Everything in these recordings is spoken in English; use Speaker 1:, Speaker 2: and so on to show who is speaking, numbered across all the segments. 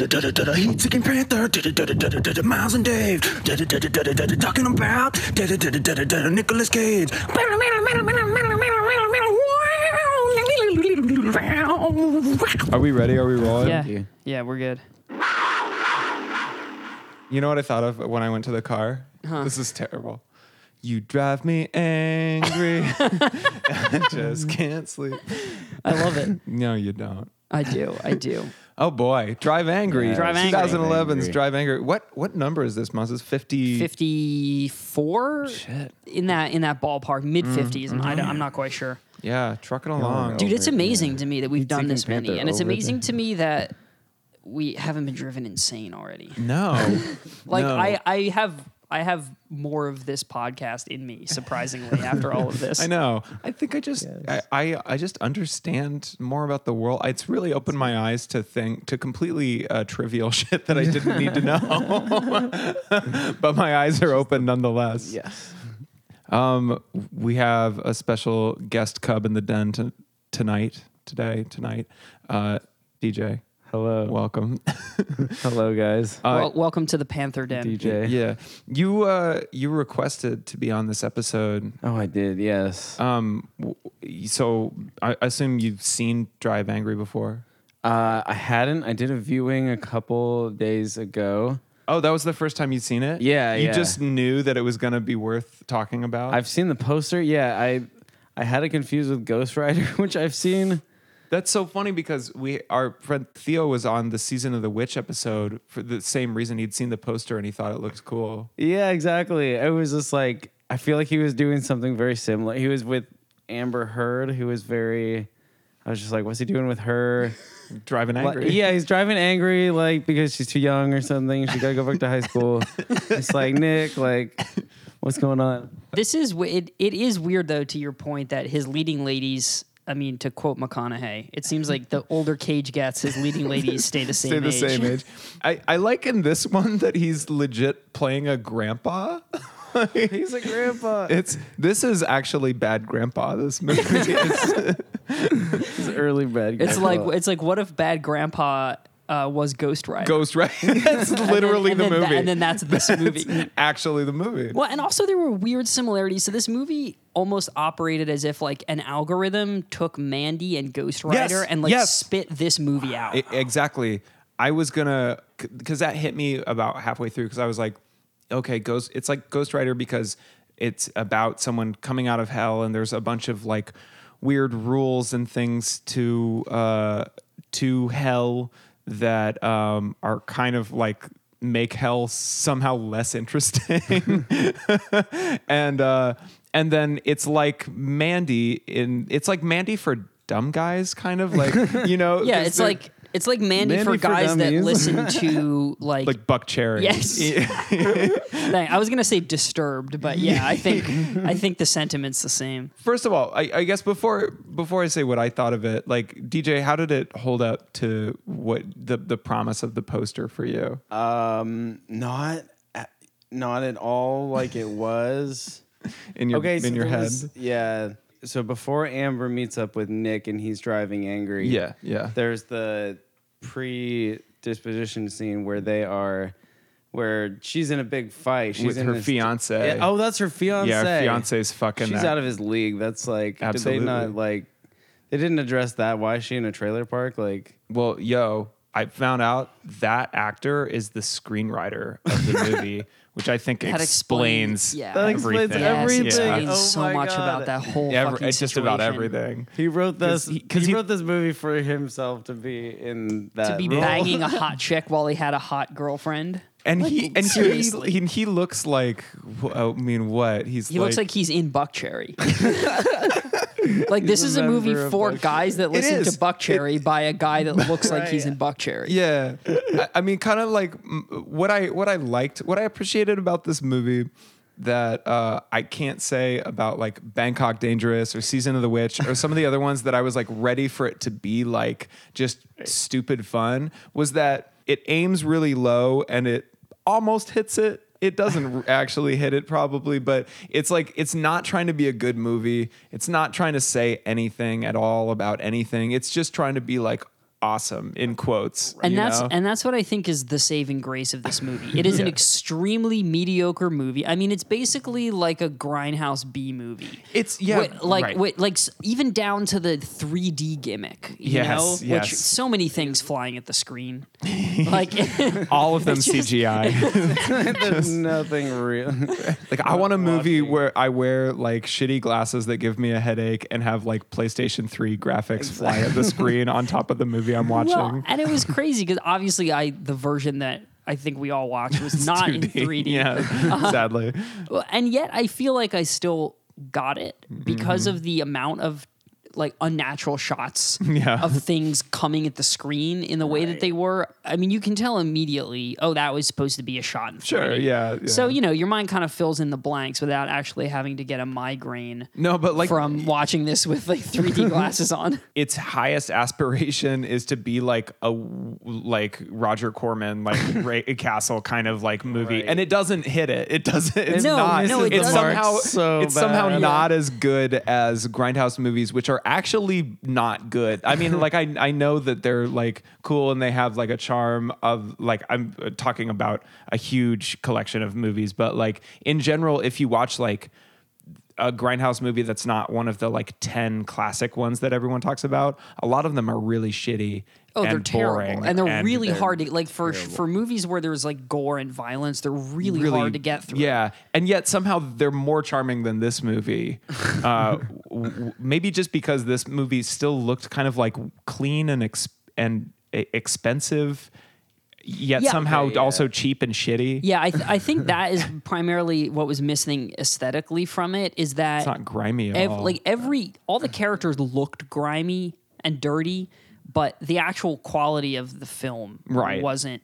Speaker 1: Heat Seeking Panther, Miles and Dave, talking about Nicholas Cage.
Speaker 2: Are we ready? Are we rolling?
Speaker 3: Yeah. Yeah, we're good.
Speaker 2: You know what I thought of when I went to the car? This is terrible. You drive me angry. I just can't sleep.
Speaker 3: I love it.
Speaker 2: No, you don't.
Speaker 3: I do. I do.
Speaker 2: Oh boy, Drive Angry.
Speaker 3: Drive Angry.
Speaker 2: 2011's
Speaker 4: Drive Angry.
Speaker 2: Drive Angry. What what number is this month? Is 50
Speaker 3: 54
Speaker 2: Shit.
Speaker 3: in that in that ballpark, mid 50s. and I don't- I'm not quite sure.
Speaker 2: Yeah, trucking along.
Speaker 3: Dude, it's
Speaker 4: Over it,
Speaker 3: amazing to me that we've done
Speaker 4: Seeking
Speaker 3: this many,
Speaker 4: Panther
Speaker 3: and it's
Speaker 4: over
Speaker 3: amazing
Speaker 4: there.
Speaker 3: to me that we haven't been driven insane already.
Speaker 2: no.
Speaker 3: Like
Speaker 2: No.
Speaker 3: I, I have, I have more of this podcast in me. Surprisingly, after all of this,
Speaker 2: I know. I think I just I, I I just understand more about the world. It's really opened my eyes to think to completely uh, trivial shit that I didn't need to know. but my eyes are open nonetheless.
Speaker 4: Yes.
Speaker 2: Um, we have a special guest cub in the den to, tonight, today, tonight. Uh, DJ,
Speaker 4: Hello.
Speaker 2: welcome.
Speaker 4: Hello, guys.
Speaker 3: Well, welcome to the Panther Den.
Speaker 4: DJ.
Speaker 2: yeah, you uh, you requested to be on this episode.
Speaker 4: Oh, I did. Yes.
Speaker 2: Um, w- so I I assume you've seen Drive Angry before.
Speaker 4: Uh, I hadn't. I did a viewing a couple days ago.
Speaker 2: Oh, that was the first time you'd seen it.
Speaker 4: Yeah,
Speaker 2: you
Speaker 4: yeah.
Speaker 2: just knew that it was gonna be worth talking about.
Speaker 4: I've seen the poster. Yeah, I I had it confused with Ghost Rider, which I've seen.
Speaker 2: That's so funny because we our friend Theo was on the season of the witch episode for the same reason he'd seen the poster and he thought it looked cool.
Speaker 4: Yeah, exactly. It was just like I feel like he was doing something very similar. He was with Amber Heard, who was very. I was just like, what's he doing with her?
Speaker 2: Driving
Speaker 4: Like,
Speaker 2: angry.
Speaker 4: yeah, he's driving angry, like because she's too young or something. She gotta go back to high school. it's like Nick, like, what's going on?
Speaker 3: This is w- it. It is weird though. To your point that his leading ladies. I mean, to quote McConaughey, it seems like the older Cage gets, his leading ladies stay the same.
Speaker 2: Stay the
Speaker 3: age.
Speaker 2: same age. I, I like in this one that he's legit playing a grandpa.
Speaker 4: He's a grandpa.
Speaker 2: It's this is actually bad grandpa. This movie is
Speaker 4: It's early bed.
Speaker 3: It's like it's like what if Bad Grandpa uh, was Ghost Rider?
Speaker 2: Ghost Rider. That's
Speaker 3: And then-
Speaker 2: literally
Speaker 3: and
Speaker 2: the
Speaker 3: then tha-
Speaker 2: movie.
Speaker 3: and then that's this movie.
Speaker 2: It's actually the movie.
Speaker 3: Well, and also there were weird similarities. So this movie almost operated as if like an algorithm took Mandy and Ghost Rider
Speaker 2: Yes,
Speaker 3: and like
Speaker 2: yes.
Speaker 3: spit this movie out.
Speaker 2: I- E, exactly. I was gonna because that hit me about halfway through because I was like, okay, Ghost. It's like Ghost Rider because it's about someone coming out of hell and there's a bunch of like weird rules and things to uh, to hell that um, are kind of like make hell somehow less interesting and uh, and then it's like Mandy in it's like Mandy for dumb guys kind of like you know
Speaker 3: yeah,
Speaker 2: 'cause
Speaker 3: it's
Speaker 2: they're-
Speaker 3: like it's like Mandy,
Speaker 4: Mandy
Speaker 3: for
Speaker 4: for
Speaker 3: guys that
Speaker 4: Dummies.
Speaker 3: listen to like,
Speaker 2: like Buck Cherry.
Speaker 3: Yes. dang, I was gonna say disturbed, but yeah, I think I think the sentiment's the same.
Speaker 2: First of all, I, I guess before before I say what I thought of it, like DJ, how did it hold up to what the the promise of the poster for you?
Speaker 3: Uh,
Speaker 4: um, not, at- not at all like it was.
Speaker 2: In your in
Speaker 4: so
Speaker 2: your
Speaker 4: there
Speaker 2: head.
Speaker 4: was- yeah. So before Amber meets up with Nick and he's driving angry.
Speaker 2: Yeah, yeah.
Speaker 4: There's the predisposition scene where they are, where she's in a big fight. She's
Speaker 2: With
Speaker 4: in
Speaker 2: her
Speaker 4: this-
Speaker 2: fiance.
Speaker 4: Yeah, oh, that's her fiance.
Speaker 2: Yeah, her fiance's fucking
Speaker 4: She's
Speaker 2: that.
Speaker 4: out of his league. That's like. Did
Speaker 2: Absolutely.
Speaker 4: they not like? They didn't address that. Why is she in a trailer park? Like.
Speaker 2: well, yo, I found out that actor is the screenwriter of the movie, which I think
Speaker 3: That
Speaker 2: explains,
Speaker 3: explains- yeah.
Speaker 4: That
Speaker 2: everything.
Speaker 4: explains
Speaker 3: Yes, it
Speaker 4: Everything.
Speaker 3: explains
Speaker 4: Oh
Speaker 3: so
Speaker 4: my
Speaker 3: much
Speaker 4: God.
Speaker 3: about that whole
Speaker 2: Every-
Speaker 3: fucking
Speaker 2: it's just about
Speaker 3: situation.
Speaker 2: everything.
Speaker 4: He wrote
Speaker 2: 'Cause
Speaker 4: this.
Speaker 2: he-
Speaker 4: He,
Speaker 2: 'cause he-
Speaker 4: wrote this movie for himself to be in that.
Speaker 3: To be
Speaker 4: role.
Speaker 3: banging a hot chick while he had a hot girlfriend.
Speaker 2: And he and he,
Speaker 3: seriously.
Speaker 2: he he looks like wh- I mean what he's
Speaker 3: He looks like he's in Buckcherry. like this
Speaker 4: a
Speaker 3: is a movie
Speaker 4: member of
Speaker 3: for
Speaker 4: Buckcherry.
Speaker 3: guys that listen to
Speaker 2: is.
Speaker 3: Buckcherry by a guy that looks like he's
Speaker 4: Right.
Speaker 3: in Buckcherry.
Speaker 2: Yeah, I, I mean, kind of like mm, what I what I liked, what I appreciated about this movie that uh, I can't say about like Bangkok Dangerous or Season of the Witch or some of the other ones that I was like ready for it to be like just stupid fun was that it aims really low and it almost hits it. It doesn't actually hit it probably, but it's like it's not trying to be a good movie. It's not trying to say anything at all about anything. It's just trying to be like, awesome in quotes.
Speaker 3: and
Speaker 2: you
Speaker 3: that's
Speaker 2: know?
Speaker 3: and that's what I think is the saving grace of this movie. It is an extremely mediocre movie. I mean, it's basically like a grindhouse B movie.
Speaker 2: It's- yeah,
Speaker 3: Wi- like
Speaker 2: right.
Speaker 3: wi- like s- even down to the 3D gimmick. You
Speaker 2: Yes,
Speaker 3: know,
Speaker 2: yes.
Speaker 3: which so many things flying at the screen, like
Speaker 2: all of them
Speaker 3: it's just-
Speaker 2: CGI.
Speaker 4: There's nothing real.
Speaker 2: like I want a movie where I wear like shitty glasses that give me a headache and have like PlayStation 3 graphics fly at the screen on top of the movie I'm watching.
Speaker 3: Well, and it was crazy because obviously I the version that I think we all watched was not in 3D.
Speaker 2: Yeah, sadly.
Speaker 3: Well, and yet I feel like I still got it because
Speaker 2: Mm-hmm.
Speaker 3: of the amount of like unnatural shots
Speaker 2: Yeah.
Speaker 3: of things coming at the screen in the way that they were. I mean, you can tell immediately, oh, that was supposed to be a shot in
Speaker 2: Sure,
Speaker 3: 3D.
Speaker 2: yeah, yeah.
Speaker 3: So, you know, your mind kind of fills in the blanks without actually having to get a migraine
Speaker 2: No, but like
Speaker 3: from watching this with like 3D glasses on.
Speaker 2: its highest aspiration is to be like a like Roger Corman like Ray Castle kind of like movie,
Speaker 4: Right.
Speaker 2: and it doesn't hit it. It doesn't. It's
Speaker 3: No,
Speaker 2: not.
Speaker 3: no, it
Speaker 2: it's
Speaker 3: doesn't.
Speaker 2: somehow
Speaker 4: Mark's so
Speaker 2: it's somehow
Speaker 4: bad.
Speaker 2: not as good as grindhouse movies, which are actually not good. I mean, like I I know that they're like cool and they have like a charm of like I'm uh, talking about a huge collection of movies, but like in general, if you watch like a grindhouse movie that's not one of the like 10 classic ones that everyone talks about a lot of them are really shitty
Speaker 3: Oh,
Speaker 2: and
Speaker 3: they're
Speaker 2: boring
Speaker 3: terrible, and they're really
Speaker 2: they're
Speaker 3: hard to like for for movies where there's like gore and violence. They're really, hard to get through.
Speaker 2: yeah and yet somehow they're more charming than this movie uh, w- w- maybe just because this movie still looked kind of like clean and ex- and e- expensive yet
Speaker 3: Yeah.
Speaker 2: somehow
Speaker 4: Yeah, yeah.
Speaker 2: also cheap and shitty
Speaker 3: Yeah, I, th- I think that is primarily what was missing aesthetically from it is that
Speaker 2: it's not grimy at
Speaker 3: ev-
Speaker 2: all
Speaker 3: like every all the characters looked grimy and dirty, but the actual quality of the film
Speaker 2: Right. Uh,
Speaker 3: wasn't.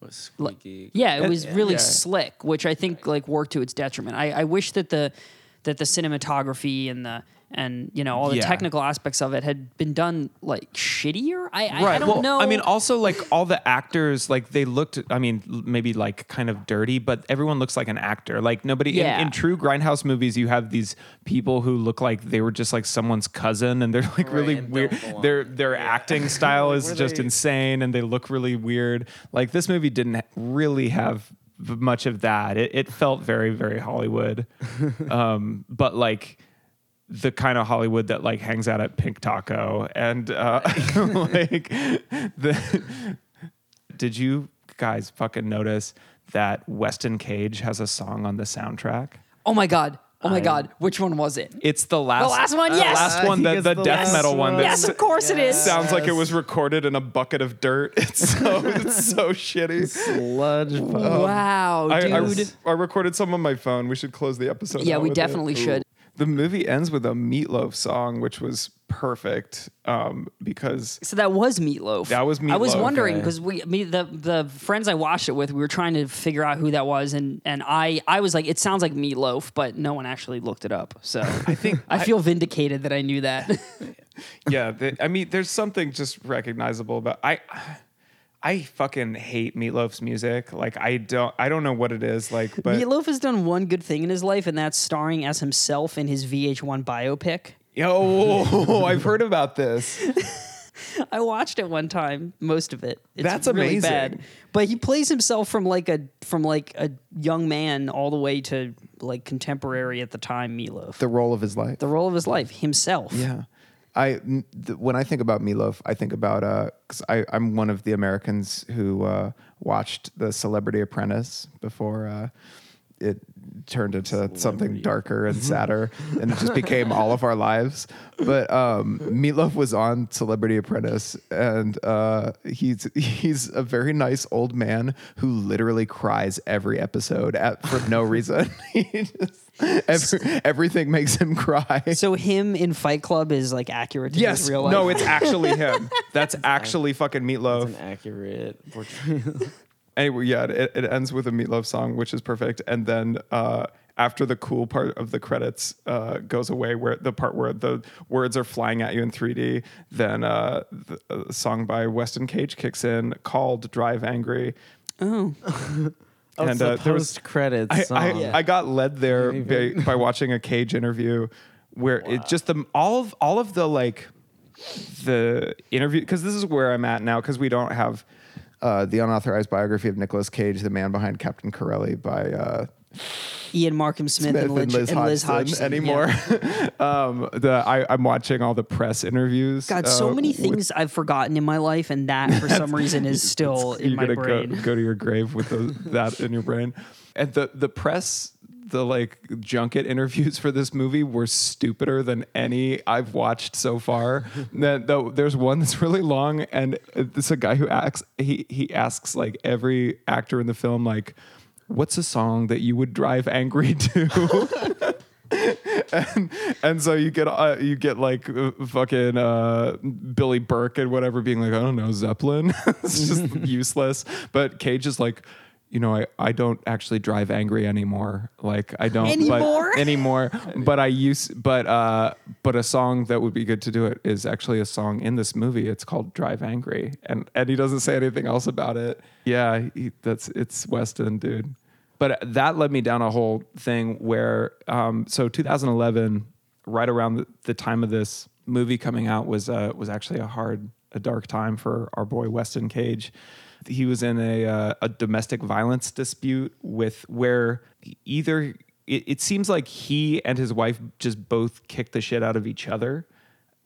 Speaker 4: Was squeaky.
Speaker 3: Yeah, it was really
Speaker 2: yeah.
Speaker 3: slick, which I think like worked to its detriment. I, I wish that the that the cinematography and the and you know all the
Speaker 2: Yeah.
Speaker 3: technical aspects of it had been done like shittier. I, I, I don't
Speaker 2: well,
Speaker 3: know.
Speaker 2: I mean, also like all the actors, like they looked. I mean, l- maybe like kind of dirty, but everyone looks like an actor. Like nobody
Speaker 3: Yeah.
Speaker 2: in, in true grindhouse movies, you have these people who look like they were just like someone's cousin, and they're like really
Speaker 4: and
Speaker 2: weird.
Speaker 4: don't belong.
Speaker 2: Their their acting style is just insane, and they look really weird. Like this movie didn't ha- really have v- much of that. It, it felt very very Hollywood, um, but like. The kind of Hollywood that like hangs out at Pink Taco and uh, like the did you guys fucking notice that Weston Cage has a song on the soundtrack?
Speaker 3: oh my god, oh my god, which one was it?
Speaker 2: It's the last,
Speaker 3: last one,
Speaker 2: the
Speaker 3: yes!
Speaker 2: last one,
Speaker 4: I
Speaker 2: the,
Speaker 4: think
Speaker 2: the,
Speaker 4: it's the
Speaker 2: death
Speaker 4: last
Speaker 2: metal one.
Speaker 4: one.
Speaker 2: that
Speaker 3: Yes,
Speaker 2: s-
Speaker 3: of course it is.
Speaker 2: sounds like it was recorded in a bucket of dirt. It's so it's so shitty.
Speaker 4: Sludge.
Speaker 2: Oh.
Speaker 3: Wow,
Speaker 2: Um, I,
Speaker 3: dude.
Speaker 2: I, I recorded some on my phone. We should close the episode.
Speaker 3: Yeah,
Speaker 2: out
Speaker 3: we
Speaker 2: with
Speaker 3: definitely
Speaker 2: it.
Speaker 3: should.
Speaker 2: The movie ends with a meatloaf song, which was perfect um, because
Speaker 3: so that was meatloaf.
Speaker 2: That was
Speaker 3: I was
Speaker 2: Meatloaf.
Speaker 3: wondering
Speaker 4: Okay.
Speaker 3: because we, me, the the friends I watched it with, we were trying to figure out who that was, and and I I was like, it sounds like meatloaf, but no one actually looked it up. So I think I feel vindicated that I knew that.
Speaker 2: yeah, the, I mean, there's something just recognizable about I. I fucking hate Meatloaf's music. Like I don't, I don't know what it is. Like, but
Speaker 3: meatloaf has done one good thing in his life, and that's starring as himself in his VH1 biopic.
Speaker 2: yo, I've heard about this.
Speaker 3: I watched it one time, most of it. It's
Speaker 2: That's
Speaker 3: really
Speaker 2: amazing.
Speaker 3: bad. But he plays himself from like a from like a young man all the way to like contemporary at the time Meatloaf.
Speaker 5: the role of his life.
Speaker 3: the role of his life himself.
Speaker 5: Yeah. I m- th- when I think about Meatloaf, I think about because I I'm one of the Americans who uh, watched the Celebrity Apprentice before uh, it turned into something darker and sadder, and it just became all of our lives. But um, Meatloaf was on Celebrity Apprentice, and uh, he's he's a very nice old man who literally cries every episode at, for no reason. he just, every, everything makes him cry.
Speaker 3: So him in Fight Club is like accurate to
Speaker 2: Yes,
Speaker 3: his real life.
Speaker 2: no, it's actually him. That's actually fucking Meatloaf.
Speaker 4: An accurate portrayal.
Speaker 2: Anyway, yeah, it, it ends with a Meatloaf song, which is perfect, and then. uh after the cool part of the credits uh, goes away, where the part where the words are flying at you in 3D, then uh, the, a song by Weston Cage kicks in called "Drive Angry,"
Speaker 4: Oh,
Speaker 2: And,
Speaker 4: and
Speaker 2: uh,
Speaker 4: uh,
Speaker 2: there was-
Speaker 4: post credits
Speaker 2: I,
Speaker 4: song.
Speaker 2: I, I got led there by, by watching a Cage interview where it just the all of all of the like the interview because this is where I'm at now because we don't have
Speaker 5: Uh, the unauthorized biography of Nicolas Cage, The Man Behind Captain Corelli by uh,
Speaker 3: Ian Markham Smith,
Speaker 5: Smith
Speaker 3: and, Liz, and Liz Hodgson yeah.
Speaker 5: anymore.
Speaker 2: um, the I, I'm watching all the press interviews.
Speaker 3: God, so
Speaker 2: uh,
Speaker 3: many things I've forgotten in my life, and that for some reason is still
Speaker 2: you're
Speaker 3: in my
Speaker 2: gonna
Speaker 3: brain.
Speaker 2: Go, go to your grave with those, that in your brain. And the the press, the like junket interviews for this movie were stupider than any I've watched so far. that though there's one that's really long, and it's a guy who acts. He he asks like every actor in the film like. What's a song that you would drive angry to? and so you get uh, you get like uh, fucking uh, Billy Burke and whatever being like I don't know Zeppelin. it's just useless. But Cage is like. You know, I, I don't actually drive angry anymore. Like I don't
Speaker 3: Anymore?
Speaker 2: but, anymore. But I use but uh but a song that would be good to do it is actually a song in this movie. It's called Drive Angry, and and he doesn't say anything else about it. Yeah, he, that's it's Weston, dude but that led me down a whole thing where um, so 2011 right around the, the time of this movie coming out was uh, was actually a hard a dark time for our boy Weston Cage he was in a uh, a domestic violence dispute with where either it, it seems like he and his wife just both kicked the shit out of each other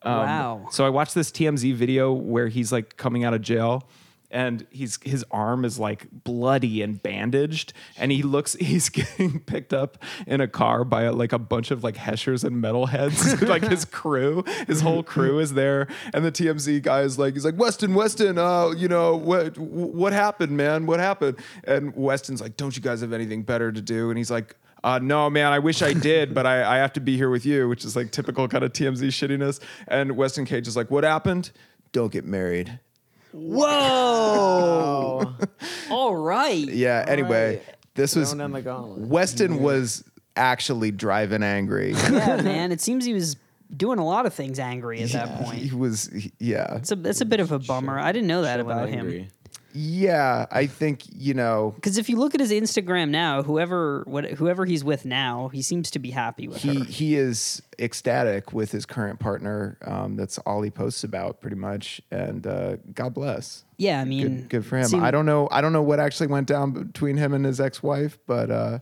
Speaker 2: um,
Speaker 3: Wow.
Speaker 2: So I watched this TMZ video where he's like coming out of jail and he's his arm is like bloody and bandaged and he looks he's getting picked up in a car by like a bunch of like heshers and metalheads like his crew his whole crew is there and the TMZ guy is like he's like Weston Weston uh you know what what happened man what happened and Weston's like don't you guys have anything better to do and he's like uh, no, man, I wish I did, but I, I have to be here with you, which is like typical kind of TMZ shittiness. And Weston Cage is like, what happened?
Speaker 5: Don't get married.
Speaker 3: Whoa! All right.
Speaker 5: Yeah. Anyway, this was
Speaker 6: Don't end the gauntlet.
Speaker 5: Weston was actually driving angry.
Speaker 3: Yeah, man. It seems he was doing a lot of things angry at that point.
Speaker 5: he was. he- yeah.
Speaker 3: It's a, that's a bit of a bummer. I didn't know that about him.
Speaker 5: Yeah. I think you know.
Speaker 3: Because if you look at his Instagram now, whoever what, whoever he's with now, he seems to be happy with
Speaker 5: he
Speaker 3: her.
Speaker 5: he is ecstatic with his current partner. Um, that's all he posts about, pretty much. And uh, God bless.
Speaker 3: Yeah, I mean,
Speaker 5: Good, good for him.
Speaker 3: seem-
Speaker 5: I don't know. I don't know what actually went down between him and his ex-wife, but uh,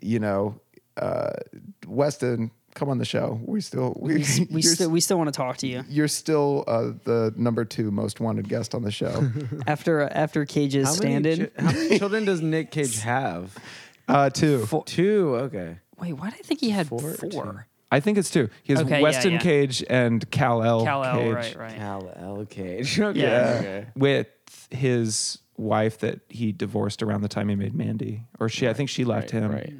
Speaker 5: you know, uh, Weston, come on the show. We still we,
Speaker 3: We
Speaker 5: you're,
Speaker 3: still we still want to talk to you
Speaker 5: you're still uh, the number two most wanted guest on the show.
Speaker 3: after after Cage's
Speaker 6: How many
Speaker 3: stand-in.
Speaker 6: chi- how many children does Nick Cage have?
Speaker 5: uh, two.
Speaker 6: Two. Okay.
Speaker 3: Wait, why did I think he had four?
Speaker 2: I think it's two. He has
Speaker 3: Okay, yeah,
Speaker 2: Weston
Speaker 3: yeah.
Speaker 2: Cage and Cal El
Speaker 3: Kal-El,
Speaker 2: Cage
Speaker 3: right, right.
Speaker 6: Cal L Cage. Okay.
Speaker 3: Yeah.
Speaker 6: okay.
Speaker 2: with his wife that he divorced around the time he made Mandy, or she. I think she left
Speaker 6: right,
Speaker 2: him.
Speaker 6: right.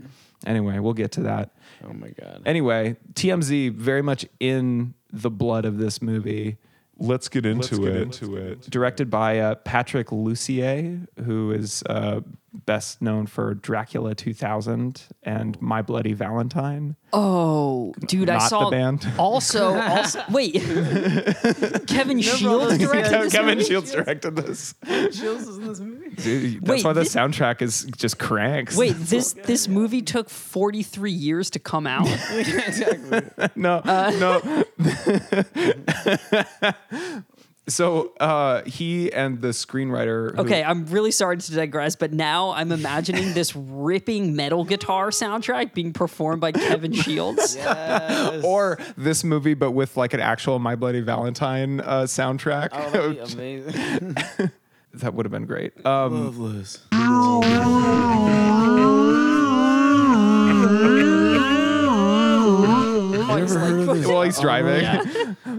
Speaker 2: Anyway, we'll get to that.
Speaker 6: Oh my god.
Speaker 2: Anyway, TMZ very much in the blood of this movie. Let's get into it. Directed by uh, Patrick Lussier, who is uh, best known for Dracula 2000 and My Bloody Valentine.
Speaker 3: Oh, dude, I
Speaker 2: Not the
Speaker 3: saw
Speaker 2: band.
Speaker 3: Also, also wait, Kevin Shields directed this
Speaker 2: Kevin
Speaker 3: movie?
Speaker 2: Shields directed this.
Speaker 6: Shields is in this movie.
Speaker 2: Dude, That's
Speaker 3: Wait,
Speaker 2: why the
Speaker 3: this-
Speaker 2: soundtrack is just cranks.
Speaker 3: Wait, this this movie took 43 years to come out.
Speaker 2: no, no. so uh, he and the screenwriter. who-
Speaker 3: Okay, I'm really sorry to digress, but now I'm imagining this ripping metal guitar soundtrack being performed by Kevin Shields.
Speaker 2: or this movie, but with like an actual My Bloody Valentine uh, soundtrack.
Speaker 6: Oh, that'd be amazing.
Speaker 2: that would have been great. Um,
Speaker 6: Loveless.
Speaker 2: while
Speaker 4: Oh,
Speaker 2: he's driving.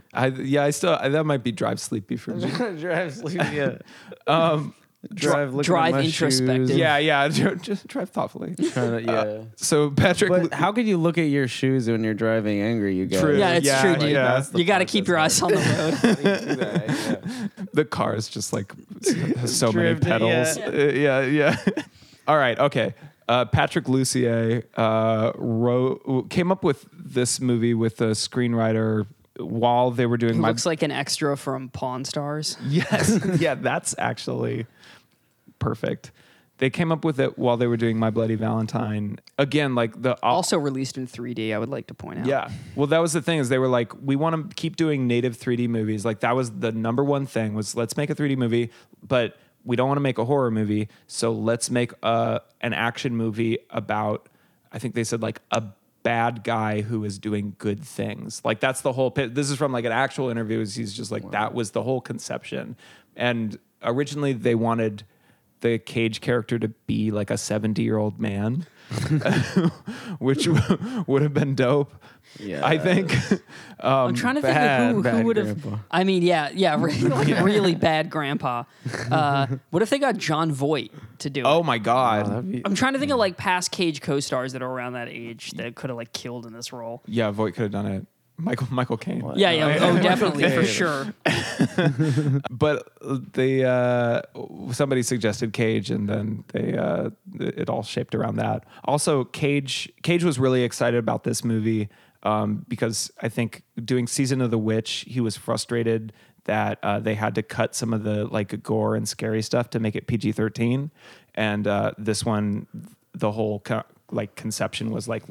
Speaker 2: I, yeah, I still I, that might be drive sleepy for me.
Speaker 6: Drive Um, sleepy. Yeah.
Speaker 4: Drive, look
Speaker 3: drive introspective.
Speaker 2: yeah, yeah, dr- just drive thoughtfully.
Speaker 6: yeah.
Speaker 2: So Patrick,
Speaker 4: But
Speaker 2: Lu-
Speaker 4: how could you look at your shoes when you're driving angry? You guys.
Speaker 2: True.
Speaker 3: Yeah, it's
Speaker 2: Yeah,
Speaker 3: true, dude.
Speaker 2: yeah. That's
Speaker 6: the
Speaker 3: You got to keep your eyes on the road.
Speaker 2: the car is just like has so many
Speaker 4: Driven,
Speaker 2: pedals.
Speaker 4: yeah.
Speaker 2: Uh, Yeah, yeah. All right, okay. Uh, Patrick Lussier uh, wrote, came up with this movie with a screenwriter while they were doing
Speaker 3: He
Speaker 2: my.
Speaker 3: looks like an extra from Pawn Stars.
Speaker 2: yes, yeah, that's actually perfect. They came up with it while they were doing My Bloody Valentine. Again, like the
Speaker 3: Also released in 3D, I would like to point out.
Speaker 2: yeah. Well, that was the thing is they were like, we want to keep doing native 3D movies. Like that was the number one thing was let's make a 3D movie, but we don't want to make a horror movie, so let's make a an action movie about. I think they said like a bad guy who is doing good things. Like that's the whole. Pit. This is from like an actual interview. is He's just like that was the whole conception, and originally they wanted the cage character to be like a 70 year old man which w- would have been dope i think
Speaker 3: I'm trying to
Speaker 4: bad,
Speaker 3: think of who,
Speaker 4: bad
Speaker 3: who would have.
Speaker 4: grandpa.
Speaker 3: I mean, yeah, yeah, re- like, really bad grandpa. Uh, what if they got John Voight to do
Speaker 2: oh
Speaker 3: it?
Speaker 2: my god
Speaker 3: I'm trying to think of like past Cage co-stars that are around that age that could have like killed in this role.
Speaker 2: yeah voight could have done it michael michael caine
Speaker 3: Yeah, yeah, oh, definitely for sure.
Speaker 2: but the uh, somebody suggested Cage, and then they uh, it all shaped around that. Also, Cage Cage was really excited about this movie um, because I think doing Season of the Witch, he was frustrated that uh, they had to cut some of the like gore and scary stuff to make it PG thirteen, and uh, this one, the whole co- like conception was like.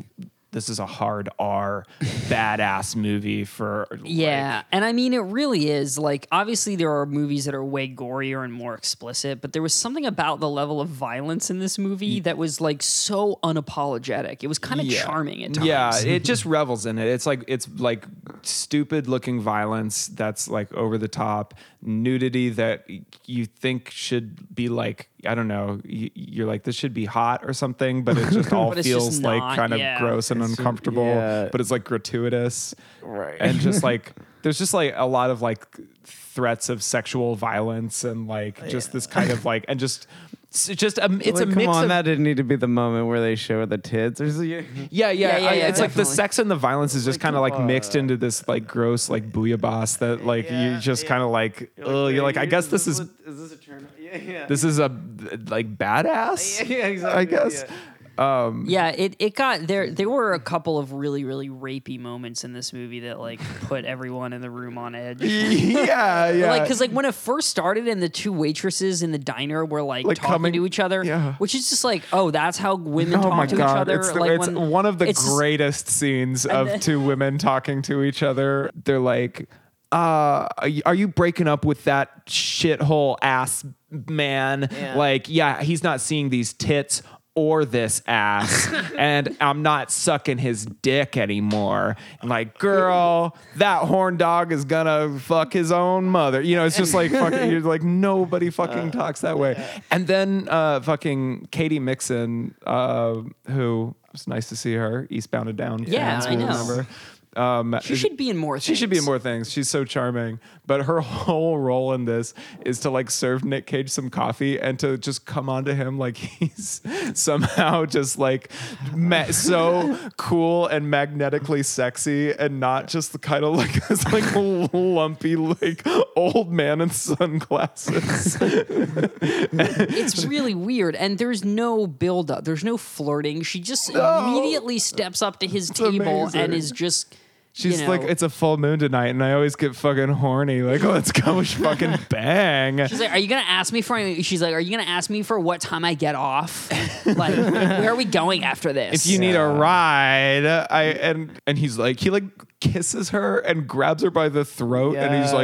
Speaker 2: This is a hard R, badass movie for like,
Speaker 3: Yeah, and I mean it really is like obviously there are movies that are way gorier and more explicit, but there was something about the level of violence in this movie that was like so unapologetic. It was kind of charming at times.
Speaker 2: Yeah, it just revels in it. It's like it's like stupid looking violence that's like over the top, nudity that y- you think should be like I don't know. y- You're like this should be hot or something, but it just all
Speaker 3: But it's
Speaker 2: feels
Speaker 3: just
Speaker 2: like
Speaker 3: not,
Speaker 2: kind of
Speaker 3: yeah.
Speaker 2: gross and uncomfortable.
Speaker 4: yeah.
Speaker 2: But it's like gratuitous, right? And just like there's just like a lot of like threats of sexual violence and like just this kind of like and just. It's just a, it's
Speaker 4: Like,
Speaker 2: a
Speaker 4: come
Speaker 2: mix
Speaker 4: on,
Speaker 2: of
Speaker 4: that didn't need to be the moment where they show the tits. There's a-
Speaker 2: yeah, yeah,
Speaker 3: Yeah, yeah,
Speaker 2: I-
Speaker 3: yeah,
Speaker 2: it's like the
Speaker 3: definitely.
Speaker 2: sex and the violence is just kind of like uh, mixed into this like gross like booyabas that like you just kind of like oh you're like I guess this is
Speaker 6: what- is this a turn? Yeah, yeah.
Speaker 2: this is a like badass
Speaker 6: yeah, exactly.
Speaker 2: I guess
Speaker 6: yeah.
Speaker 3: Yeah, it, it got there.
Speaker 2: Mm.
Speaker 3: There were a couple of really really rapey moments in this movie that like put everyone in the room on edge.
Speaker 2: yeah yeah
Speaker 3: Like, cause like when it first started, and the two waitresses in the diner were like,
Speaker 2: Like,
Speaker 3: talking
Speaker 2: coming-
Speaker 3: to each other,
Speaker 2: yeah.
Speaker 3: which is just like, oh, that's how women
Speaker 2: oh
Speaker 3: talk
Speaker 2: my
Speaker 3: to each
Speaker 2: god
Speaker 3: other.
Speaker 2: it's, the-
Speaker 3: like
Speaker 2: it's
Speaker 3: when-
Speaker 2: one of the
Speaker 3: it's just-
Speaker 2: greatest scenes of
Speaker 3: then-
Speaker 2: two women talking to each other they're like uh are you- are you breaking up with that shithole ass man like yeah he's not seeing these tits or this ass and i'm not sucking his dick anymore and like girl that horn dog is gonna fuck his own mother you know it's just like fucking you're like nobody fucking talks that way and then uh fucking katie mixon uh who it's nice to see her eastbound and down
Speaker 3: Yeah,
Speaker 2: fans
Speaker 3: I
Speaker 2: will
Speaker 3: know.
Speaker 2: remember. um
Speaker 3: she should be in more.
Speaker 2: she should be in more things. She's so charming. But her whole role in this is to like serve Nick Cage some coffee and to just come on to him like he's somehow just like ma- so cool and magnetically sexy and not just the kind of like this like lumpy like old man in sunglasses.
Speaker 3: It's really weird, and there's no build up. There's no flirting. She just immediately steps up to his table
Speaker 2: amazing.
Speaker 3: and is just.
Speaker 2: She's
Speaker 3: you
Speaker 2: like,
Speaker 3: know,
Speaker 2: it's a full moon tonight, and I always get fucking horny. Like, "Oh, let's go fucking bang.
Speaker 3: She's like, "Are you gonna ask me for?" Any-? She's like, "Are you gonna ask me for what time I get off? like, where are we going after this?"
Speaker 2: if you need a ride i and and he's like he like kisses her and grabs her by the throat and he's
Speaker 4: Yes.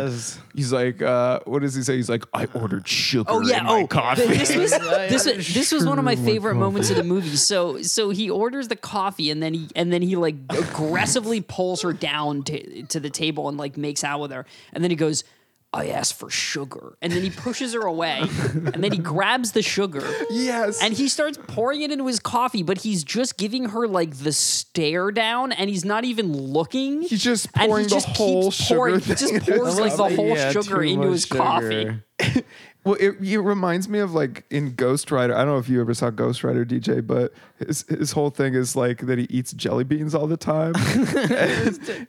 Speaker 2: like he's like uh what does he say he's like i ordered sugar
Speaker 3: oh yeah,
Speaker 2: in my
Speaker 3: oh,
Speaker 2: coffee
Speaker 3: this was this was, this was one of my favorite moments of the movie. So so he orders the coffee and then he and then he like aggressively pulls her down to to the table and like makes out with her, and then he goes. I asked for sugar, and then he pushes her away, and then he grabs the sugar,
Speaker 2: yes
Speaker 3: And he starts pouring it into his coffee, but he's just giving her like the stare down, and he's not even looking.
Speaker 2: He's just
Speaker 3: And
Speaker 2: pouring the whole
Speaker 3: keeps
Speaker 2: sugar
Speaker 3: pouring- He
Speaker 2: thing
Speaker 3: just
Speaker 2: in
Speaker 3: pours
Speaker 2: his
Speaker 3: like the
Speaker 4: coffee.
Speaker 3: whole
Speaker 4: Yeah,
Speaker 3: sugar
Speaker 4: too
Speaker 3: into
Speaker 4: much
Speaker 3: his coffee.
Speaker 4: sugar.
Speaker 5: Well, it, it reminds me of like in Ghost Rider. I don't know if you ever saw Ghost Rider DJ, but his, his whole thing is like that he eats jelly beans all the time.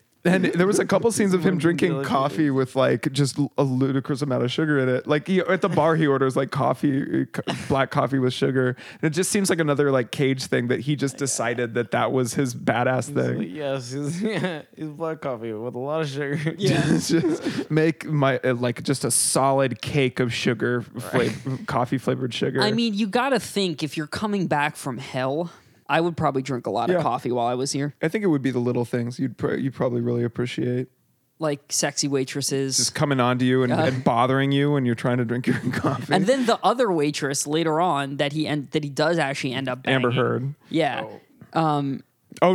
Speaker 2: And there was a couple scenes of him drinking coffee with like just l- a ludicrous amount of sugar in it. Like he, at the bar, he orders like coffee, uh, co- black coffee with sugar. And it just seems like another like Cage thing that he just decided that that was his badass thing.
Speaker 7: yes, he's, yeah, he's black coffee with a lot of sugar.
Speaker 2: just make my uh, like just a solid cake of sugar, flavor, coffee flavored sugar.
Speaker 3: I mean, you got to think if you're coming back from hell, I would probably drink a lot
Speaker 2: Yeah.
Speaker 3: of coffee while I was here,
Speaker 2: I think it would be the little things you'd pr- you probably really appreciate.
Speaker 3: like sexy waitresses.
Speaker 2: Just coming onto you and,
Speaker 3: Yeah.
Speaker 2: and bothering you when you're trying to drink your coffee.
Speaker 3: and then the other waitress later on that he end, that he does actually end up
Speaker 2: Amber
Speaker 3: banging.
Speaker 2: Heard.
Speaker 3: Yeah.
Speaker 2: Oh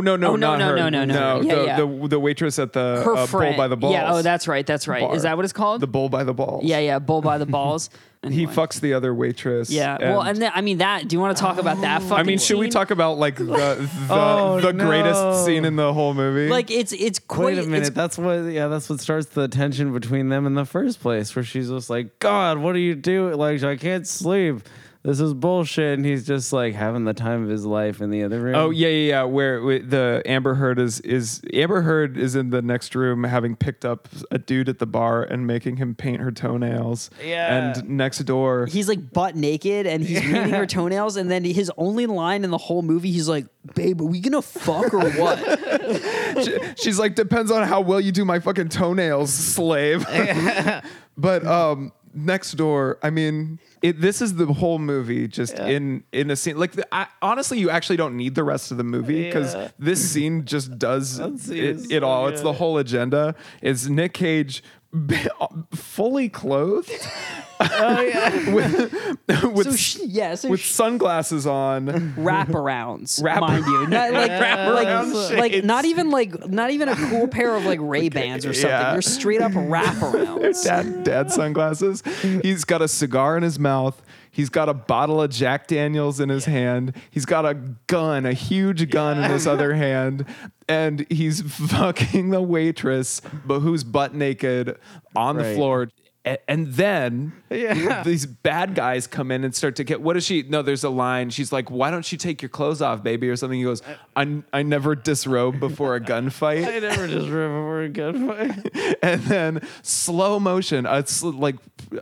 Speaker 2: no no
Speaker 3: Oh, no,
Speaker 2: not
Speaker 3: no,
Speaker 2: her.
Speaker 3: no, no, no. Yeah,
Speaker 2: the,
Speaker 3: yeah.
Speaker 2: the the waitress at the
Speaker 3: Her
Speaker 2: uh,
Speaker 3: friend.
Speaker 2: bull by the balls.
Speaker 3: Yeah, oh that's right, that's right.
Speaker 2: bar.
Speaker 3: Is that what it's called?
Speaker 2: the bull by the balls.
Speaker 3: yeah, yeah, bull by the balls.
Speaker 2: He
Speaker 3: Anyway.
Speaker 2: fucks the other waitress.
Speaker 3: Yeah. well, and then, I mean that. Do you want to talk about that? Fucking
Speaker 2: Oh. I mean, should we
Speaker 3: scene?
Speaker 2: talk about like the the,
Speaker 4: Oh,
Speaker 2: the greatest
Speaker 4: no.
Speaker 2: scene in the whole movie?
Speaker 3: Like it's it's quite.
Speaker 4: Wait a minute.
Speaker 3: It's,
Speaker 4: That's what. Yeah, that's what starts the tension between them in the first place, where she's just like, "God, what are you doing? Like, I can't sleep. This is bullshit." And he's just like having the time of his life in the other room.
Speaker 2: Oh yeah, yeah, yeah. Where wi- the Amber Heard is is Amber Heard is in the next room having picked up a dude at the bar and making him paint her toenails.
Speaker 4: Yeah.
Speaker 2: And next door,
Speaker 3: he's like butt naked and he's painting her toenails, and then his only line in the whole movie, he's like, "Babe, are we gonna fuck or what?"
Speaker 2: She- she's like, depends on how well you do my fucking toenails, slave. but um, next door, I mean, it, this is the whole movie just in in a scene. Like, the, I, honestly, you actually don't need the rest of the movie because
Speaker 7: Yeah.
Speaker 2: this scene just does
Speaker 7: scene
Speaker 2: it,
Speaker 7: is
Speaker 2: it
Speaker 7: so
Speaker 2: all. It's the
Speaker 7: good.
Speaker 2: whole agenda. It's Nick Cage. b- Fully clothed
Speaker 7: Oh, yeah.
Speaker 2: with with,
Speaker 3: so she, yeah, so
Speaker 2: with
Speaker 3: she-
Speaker 2: sunglasses on.
Speaker 3: wraparounds,
Speaker 2: Wrap-
Speaker 3: mind you, not like
Speaker 2: Wraparound
Speaker 3: like, like
Speaker 2: shades.
Speaker 3: not even like not even a cool pair of like Ray Bans or something.
Speaker 2: Yeah.
Speaker 3: They're straight up wraparounds.
Speaker 2: dad dad sunglasses. He's got a cigar in his mouth. He's got a bottle of Jack Daniels in his hand. He's got a gun, a huge gun in his other hand. And he's fucking the waitress, but who's butt naked on the
Speaker 4: Right.
Speaker 2: floor. A- And then these bad guys come in and start to get. What is she? No, there's a line. She's like, "Why don't you take your clothes off, baby?" or something. He goes, "I, I never disrobe before a gunfight."
Speaker 4: Uh, I never just remember a gunfight.
Speaker 2: and then slow motion. uh, It's like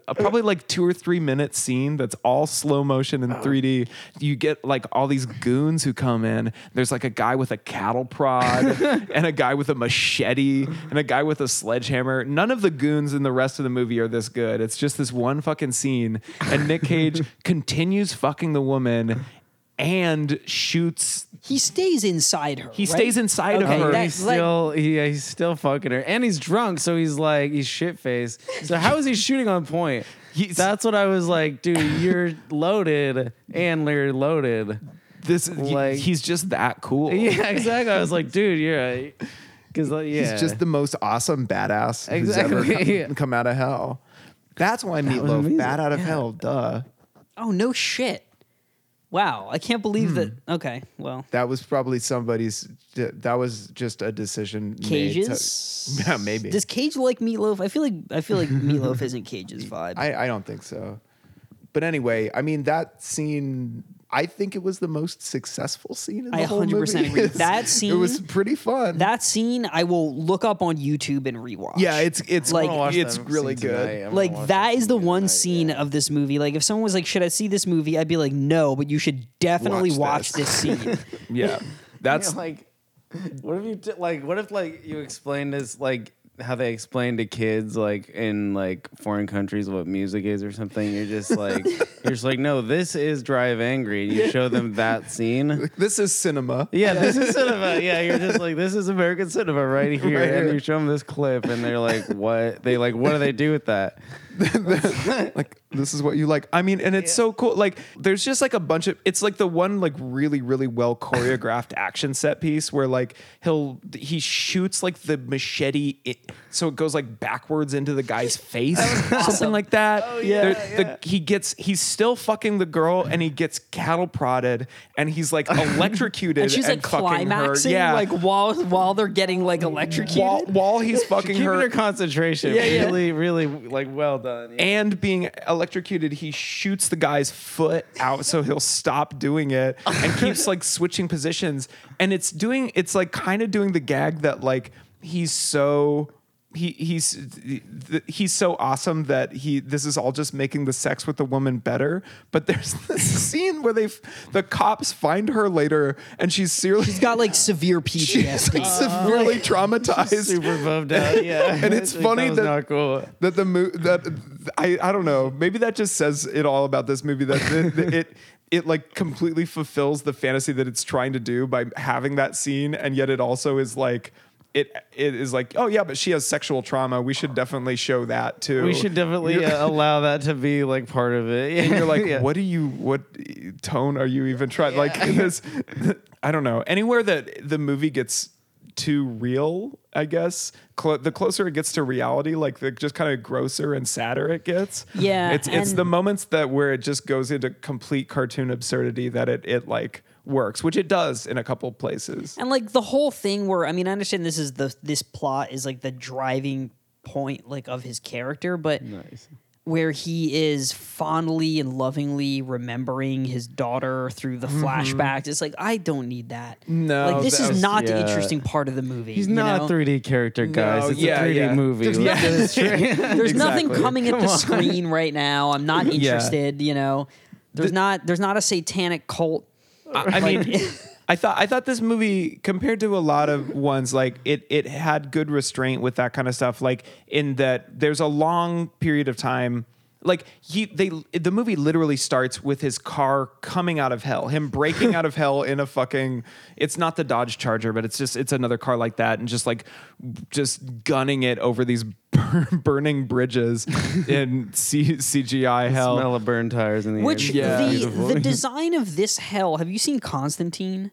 Speaker 2: uh, probably like two or three minute scene that's all slow motion
Speaker 4: Oh.
Speaker 2: in 3D. You get like all these goons who come in. There's like a guy with a cattle prod and a guy with a machete and a guy with a sledgehammer. None of the goons in the rest of the movie are this good. It's just this one fucking scene. And Nick Cage continues fucking the woman. And shoots.
Speaker 3: He stays inside her.
Speaker 2: He stays inside
Speaker 3: Okay,
Speaker 2: of her.
Speaker 3: that-
Speaker 4: He's still, he, yeah, he's still fucking her, and he's drunk, so he's like, he's shit faced. So how is he shooting on point?
Speaker 2: He's-
Speaker 4: That's what I was like, dude. You're loaded, and you're loaded.
Speaker 2: this he-
Speaker 4: Like-
Speaker 2: he's just that cool.
Speaker 4: Yeah, exactly. I was like, dude, you're because like, yeah,
Speaker 2: He's just the most awesome badass who's
Speaker 4: Exactly,
Speaker 2: ever come,
Speaker 4: yeah.
Speaker 2: come out of hell. That's why Meatloaf,
Speaker 4: amazing.
Speaker 2: bad out of hell, duh.
Speaker 3: Oh no shit! Wow, I can't believe that.
Speaker 2: Hmm.
Speaker 3: Okay, well,
Speaker 2: That was probably somebody's, that was just a decision.
Speaker 3: cages.
Speaker 2: Made to, yeah, maybe.
Speaker 3: Does Cage like meatloaf? I feel like I feel like meatloaf isn't Cage's vibe.
Speaker 2: I, I don't think so. But anyway, I mean, that scene, I think it was the most successful scene in the
Speaker 3: I
Speaker 2: whole
Speaker 3: 100%
Speaker 2: movie.
Speaker 3: agree.
Speaker 2: It's-
Speaker 3: That
Speaker 2: It was
Speaker 3: scene-
Speaker 2: pretty fun.
Speaker 3: that scene I will look up on YouTube and rewatch.
Speaker 2: yeah, it's, it's
Speaker 3: Like-
Speaker 2: like,
Speaker 3: I'm gonna watch
Speaker 2: it's really good.
Speaker 3: like that is the one scene of this movie. Like if someone was like, "Should I see this movie?" I'd be like, "No," but you should definitely watch,
Speaker 2: Watch
Speaker 3: this. scene.
Speaker 2: Yeah. That's,
Speaker 4: like
Speaker 7: What if you t- like? What if like you explained this like how they explain to kids like in like foreign countries what music is or something? You're just like you're just like no, this is Drive Angry. And you show them that scene.
Speaker 2: this is cinema.
Speaker 7: Yeah, this is cinema. Yeah, you're just like this is American cinema right here,
Speaker 2: Right
Speaker 7: and
Speaker 2: here.
Speaker 7: you show them this clip, and they're like, what? They like, what do they do with that?
Speaker 2: like this is what you like i mean and it's so cool like there's just like a bunch of it's like the one like really really well choreographed action set piece where like he'll he shoots like the machete i so it goes like backwards into the guy's face something like that oh, yeah, he gets he's still fucking the girl and he gets cattle prodded and he's like electrocuted
Speaker 3: and she's like
Speaker 2: fucking her
Speaker 3: climaxing,
Speaker 2: yeah
Speaker 3: like while while they're getting like
Speaker 2: while,
Speaker 3: electrocuted.
Speaker 2: while he's fucking
Speaker 4: keeping her,
Speaker 2: her
Speaker 4: concentration.
Speaker 3: Yeah, yeah.
Speaker 4: Really, really like well done.
Speaker 2: and being electrocuted, he shoots the guy's foot out so he'll stop doing it and keeps like switching positions. And it's doing, it's like kind of doing the gag that like he's so he he's th- he's so awesome that he this is all just making the sex with the woman better. But there's this scene where they f- the cops find her later and she's seriously
Speaker 3: He's got like severe
Speaker 2: she's
Speaker 3: PTSD.
Speaker 2: like severely traumatized.
Speaker 4: Super bummed out. Yeah,
Speaker 2: And it's
Speaker 4: Like,
Speaker 2: funny
Speaker 4: that was
Speaker 2: that-
Speaker 4: not cool.
Speaker 2: that the movie that I I don't know. Maybe that just says it all about this movie. That it it, it like completely fulfills the fantasy that it's trying to do by having that scene, and yet it also is like. It, it is like oh yeah but she has sexual trauma we should definitely show that too
Speaker 4: We should definitely
Speaker 2: You're-
Speaker 4: uh, allow that to be like part of it. Yeah.
Speaker 2: and you're like
Speaker 4: Yeah.
Speaker 2: what do you what tone are you even trying like this i don't know anywhere that the movie gets too real i guess clo- the closer it gets to reality like the just kind of grosser and sadder it gets
Speaker 3: Yeah,
Speaker 2: it's it's
Speaker 3: and-
Speaker 2: the moments that where it just goes into complete cartoon absurdity that it it like works which it does in a couple places
Speaker 3: And like the whole thing where I mean, I understand this is the this plot is like the driving point like of his character, but where he is fondly and lovingly remembering his daughter through the flashbacks. It's like I don't need that.
Speaker 2: Mm-hmm. No,
Speaker 3: Like this
Speaker 2: that
Speaker 3: is
Speaker 2: was-
Speaker 3: not the
Speaker 4: yeah.
Speaker 3: interesting part of the movie.
Speaker 4: He's
Speaker 3: you
Speaker 4: not
Speaker 3: know?
Speaker 4: a 3D character, guys.
Speaker 2: No,
Speaker 4: it's
Speaker 2: yeah,
Speaker 4: a 3D
Speaker 2: yeah.
Speaker 4: movie.
Speaker 2: There's
Speaker 4: Look
Speaker 2: no-
Speaker 4: at this shit.
Speaker 3: There's nothing
Speaker 2: Exactly.
Speaker 3: coming at the screen right now. I'm not interested, you know. There's not there's not a satanic cult.
Speaker 2: I mean, I thought I thought this movie compared to a lot of ones like it it had good restraint with that kind of stuff. Like in that there's a long period of time. Like he they the movie literally starts with his car coming out of hell, him breaking out of hell in a fucking. It's not the Dodge Charger, but it's just it's another car like that, and just like just gunning it over these. bur- Burning bridges in C- CGI hell.
Speaker 4: Smell of burn tires in the
Speaker 3: Which
Speaker 4: air.
Speaker 2: Yeah.
Speaker 3: the the design of this hell. Have you seen Constantine?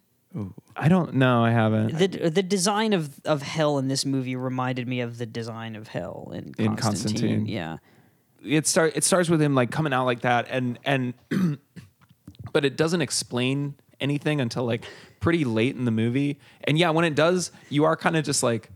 Speaker 2: I don't know. I haven't.
Speaker 3: the the design of of hell in this movie reminded me of the design of hell in Constantine.
Speaker 2: In Constantine.
Speaker 3: Yeah.
Speaker 2: it start it starts with him like coming out like that and and but it doesn't explain anything until like pretty late in the movie and yeah when it does you are kind of just like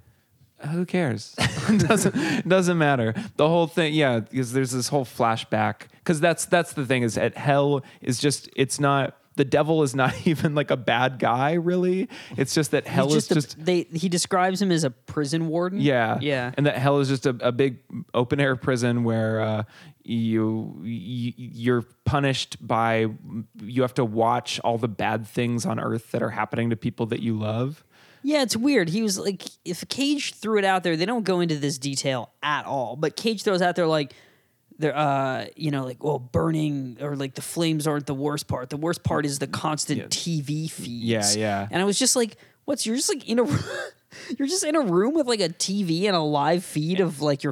Speaker 2: "Uh, who cares It doesn't it doesn't matter the whole thing yeah because there's this whole flashback because that's that's the thing is at hell is just it's not the devil is not even like a bad guy really it's just that hell
Speaker 3: He's
Speaker 2: is
Speaker 3: just, a-
Speaker 2: just
Speaker 3: they he describes him as a prison warden.
Speaker 2: yeah.
Speaker 3: Yeah.
Speaker 2: And that hell is just a, a big open air prison where uh, you, you you're punished by you have to watch all the bad things on earth that are happening to people that you love.
Speaker 3: yeah, it's weird. He was like if Cage threw it out there, they don't go into this detail at all. But Cage throws out there like they're uh you know like well burning or like the flames aren't the worst part. The worst part is the constant TV feeds.
Speaker 2: Yeah, yeah.
Speaker 3: And I was just like, what's you're just like in a You're just in a room with like a TV and a live feed of like your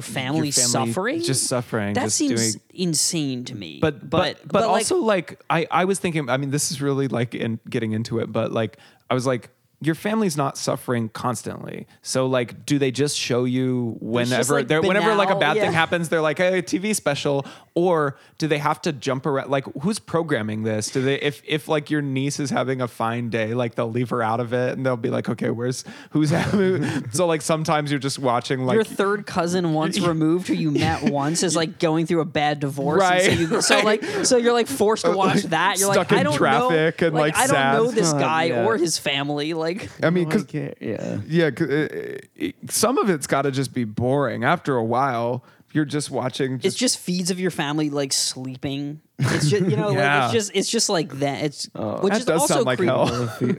Speaker 2: family
Speaker 3: family, suffering.
Speaker 2: just suffering,
Speaker 3: That
Speaker 2: just
Speaker 3: seems
Speaker 2: doing-
Speaker 3: insane to me.
Speaker 2: but but but,
Speaker 3: like,
Speaker 2: also like, I I was thinking. I mean, this is really like in getting into it, but like I was like. Your family's not suffering constantly, so like, do they just show you
Speaker 3: just,
Speaker 2: whenever
Speaker 3: like,
Speaker 2: they're whenever like a
Speaker 3: banal-
Speaker 2: bad
Speaker 3: yeah.
Speaker 2: thing happens, they're like, hey, TV special, or do they have to jump around? Like, who's programming this? Do they if if like your niece is having a fine day, like they'll leave her out of it, and they'll be like, okay, where's who's having? so like sometimes you're just watching like
Speaker 3: your third cousin once removed who you met once is like going through a bad divorce. and
Speaker 2: Right,
Speaker 3: so, you, so
Speaker 2: right.
Speaker 3: like so you're like forced to watch that. You're
Speaker 2: stuck
Speaker 3: like I
Speaker 2: in
Speaker 3: don't
Speaker 2: traffic
Speaker 3: know,
Speaker 2: and, like,
Speaker 3: I
Speaker 2: sad.
Speaker 3: don't know this
Speaker 4: God,
Speaker 3: guy
Speaker 4: Oh, yeah.
Speaker 3: or his family. Like
Speaker 5: I mean, because
Speaker 4: Oh, yeah.
Speaker 2: Yeah, 'cause, uh, uh, some of it's got to just be boring. After a while, you're just watching.
Speaker 3: it's
Speaker 2: Just,
Speaker 3: just feeds of your family like sleeping. It's just you know
Speaker 2: Yeah.
Speaker 3: like it's just it's just like that. It's
Speaker 4: Oh,
Speaker 3: which
Speaker 2: that
Speaker 3: is
Speaker 2: does
Speaker 3: also
Speaker 2: sound like
Speaker 3: creepy.
Speaker 2: hell.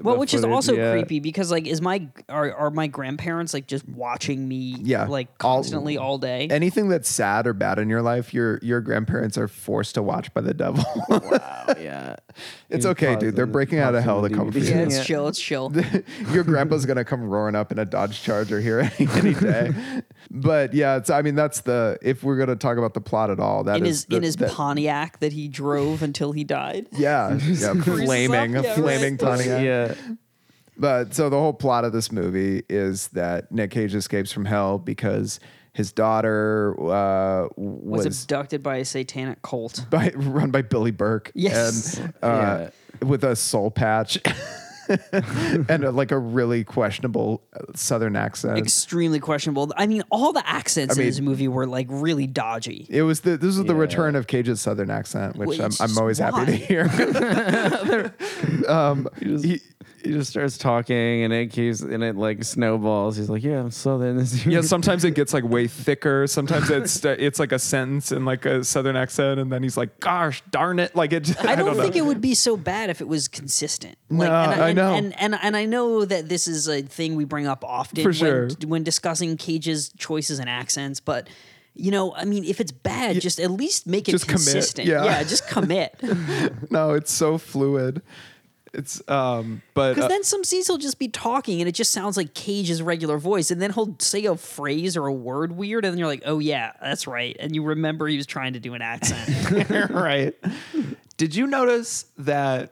Speaker 3: well, which is
Speaker 4: footage,
Speaker 3: also
Speaker 4: yeah.
Speaker 3: creepy because like, is my are, are my grandparents like just watching me?
Speaker 5: Yeah.
Speaker 3: like
Speaker 5: All-
Speaker 3: constantly all, day.
Speaker 5: anything that's sad or bad in your life, your your grandparents are forced to watch by the devil.
Speaker 2: Oh,
Speaker 4: Yeah.
Speaker 5: it's okay, dude. They're breaking out of hell to come for
Speaker 3: yeah,
Speaker 5: you.
Speaker 3: it's
Speaker 4: Yeah.
Speaker 3: chill. It's chill.
Speaker 5: your grandpa's gonna come roaring up in a Dodge Charger here any, any day. But yeah, it's I mean that's the if we're gonna talk about the plot at all, that
Speaker 3: in
Speaker 5: is
Speaker 3: his
Speaker 5: the-
Speaker 3: in his
Speaker 5: that-
Speaker 3: Pontiac that he drove until he died.
Speaker 5: yeah, yeah, flaming,
Speaker 3: up, yeah,
Speaker 5: flaming
Speaker 3: right.
Speaker 5: Pontiac.
Speaker 4: Yeah.
Speaker 5: But so the whole plot of this movie is that Nick Cage escapes from hell because his daughter uh,
Speaker 3: Was,
Speaker 5: was,
Speaker 3: abducted by a satanic cult.
Speaker 5: by, run by Billy Burke.
Speaker 3: Yes.
Speaker 5: And, uh, With a soul patch and a, like a really questionable uh, Southern accent.
Speaker 3: Extremely questionable. I mean, all the accents in
Speaker 5: mean-
Speaker 3: this movie were like really dodgy.
Speaker 5: it was the this was the
Speaker 4: Yeah.
Speaker 5: return of Cage's Southern accent, which
Speaker 3: Which
Speaker 5: I'm,
Speaker 3: is
Speaker 5: I'm always happy to
Speaker 3: why.
Speaker 5: hear. um, he-
Speaker 4: he just starts talking and it keeps and it like snowballs. He's like, yeah, I'm southern. This
Speaker 2: Yeah, sometimes it gets like way thicker. Sometimes it's uh, it's like a sentence in like a southern accent, and then he's like, "Gosh darn it!" Like it.
Speaker 3: I don't, think it would be so bad if it was consistent. Like,
Speaker 2: No,
Speaker 3: and,
Speaker 2: I
Speaker 3: and,
Speaker 2: know.
Speaker 3: and, and and I know that this is a thing we bring up often
Speaker 2: For
Speaker 3: when,
Speaker 2: sure.
Speaker 3: when discussing Cage's choices and accents, but. You know, I mean, if it's bad, just at least make it
Speaker 2: Just commit,
Speaker 3: consistent.
Speaker 2: yeah.
Speaker 3: just commit.
Speaker 2: No, it's so fluid. It's um, but
Speaker 3: Because
Speaker 2: uh,
Speaker 3: then some seats he'll just be talking and it just sounds like Cage's regular voice. And then he'll say a phrase or a word weird. And then you're like, oh, yeah, that's right. And you remember he was trying to do an accent.
Speaker 2: uh, right. Did you notice that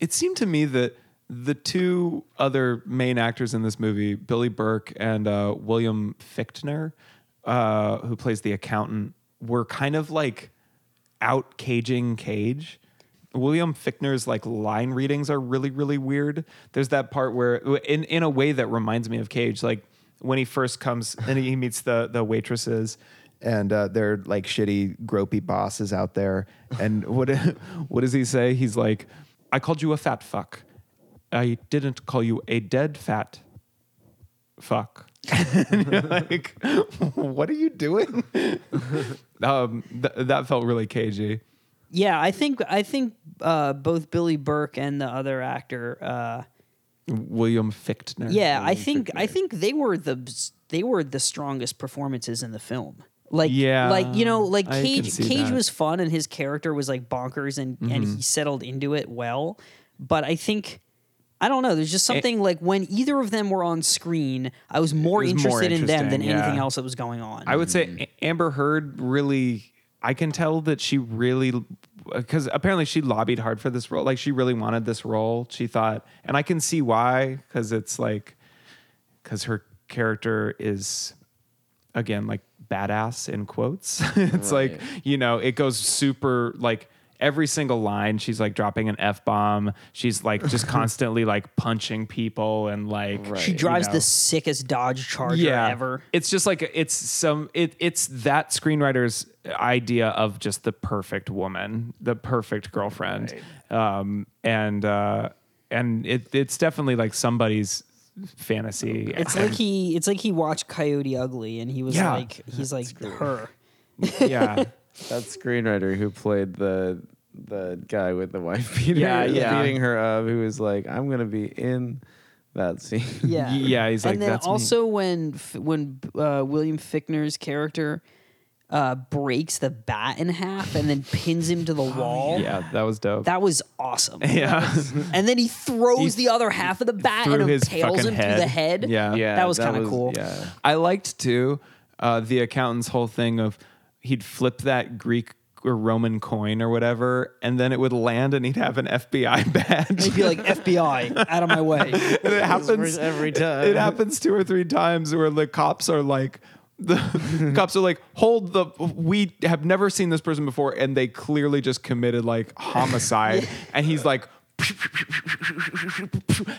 Speaker 2: it seemed to me that the two other main actors in this movie, Billy Burke and uh, William Fichtner, uh, who plays the accountant, were kind of like out caging Cage. William Fichtner's like line readings are really really weird. There's that part where in in a way that reminds me of Cage, like when he first comes and he meets the the waitresses
Speaker 5: and uh, they're like shitty, gropey bosses out there.
Speaker 2: and what what does he say? He's like, I called you a fat fuck. I didn't call you a dead fat fuck. And you're like,
Speaker 5: what are you doing?
Speaker 2: um, th- that felt really cagey.
Speaker 3: yeah, I think I think uh, both Billy Burke and the other actor. Uh,
Speaker 2: William Fichtner.
Speaker 3: yeah, I think I think they were the they were the strongest performances in the film. Like
Speaker 2: Yeah,
Speaker 3: like you know, like
Speaker 2: I can
Speaker 3: Cage
Speaker 2: see
Speaker 3: Cage
Speaker 2: that. Mm-hmm.
Speaker 3: was fun and his character was like bonkers and and he settled into it well. But I think I don't know. There's
Speaker 2: Eh
Speaker 3: just something like when either of them were on screen, I was more
Speaker 2: was more
Speaker 3: interested in them than
Speaker 2: interesting, yeah.
Speaker 3: anything else that was going on.
Speaker 2: I would say A- Amber Heard really. I can tell that she really, because apparently she lobbied hard for this role. Like she really wanted this role. She thought, and I can see why, because it's like, because her character is, again, like badass in quotes. it's like you know, it goes super like. Every single line, she's like dropping an f bomb. She's like just constantly like punching people and like
Speaker 3: she
Speaker 2: you
Speaker 3: drives
Speaker 2: know
Speaker 3: the sickest Dodge Charger ever.
Speaker 2: it's just like it's some it it's that screenwriter's idea of just the perfect woman, the perfect girlfriend, um, and uh, and it it's definitely like somebody's fantasy.
Speaker 3: It's like he it's like he watched Coyote Ugly and he was
Speaker 2: Yeah.
Speaker 3: like he's like her.
Speaker 2: yeah,
Speaker 4: that screenwriter who played the the guy with the wife beater,
Speaker 2: Yeah, yeah.
Speaker 4: beating her up, who was like, I'm gonna be in that scene.
Speaker 3: Yeah,
Speaker 2: yeah. He's like
Speaker 3: and then
Speaker 2: that's me."
Speaker 3: also when F- when uh, William Fickner's character uh, breaks the bat in half and then pins him to the wall.
Speaker 2: Oh, Yeah, that was dope.
Speaker 3: That was awesome.
Speaker 2: yeah,
Speaker 3: And then he throws
Speaker 2: He
Speaker 3: the other half of the bat
Speaker 2: through
Speaker 3: and
Speaker 2: his
Speaker 3: impales
Speaker 2: fucking
Speaker 3: him through the
Speaker 2: head.
Speaker 3: head.
Speaker 2: Yeah. Yeah,
Speaker 3: that was
Speaker 4: that
Speaker 3: kind of
Speaker 4: was-
Speaker 3: cool.
Speaker 4: yeah.
Speaker 2: I liked too uh, the accountant's whole thing of he'd flip that Greek or Roman coin or whatever, and then it would land, and he'd have an FBI badge.
Speaker 3: He'd be like FBI, out of my way.
Speaker 2: And it happens
Speaker 4: every time.
Speaker 2: It happens two or three times where the cops are like, the cops are like, hold the. We have never seen this person before, and they clearly just committed like homicide. And he's like,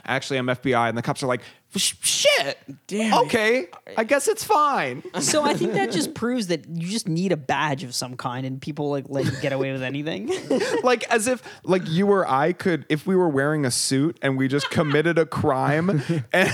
Speaker 2: actually, I'm FBI, and the cops are like, shit, okay, I guess it's fine.
Speaker 3: So I think that just proves that you just need a badge of some kind, and people like let you get away with anything.
Speaker 2: like as if like you or I could if we were wearing a suit and we just committed a crime and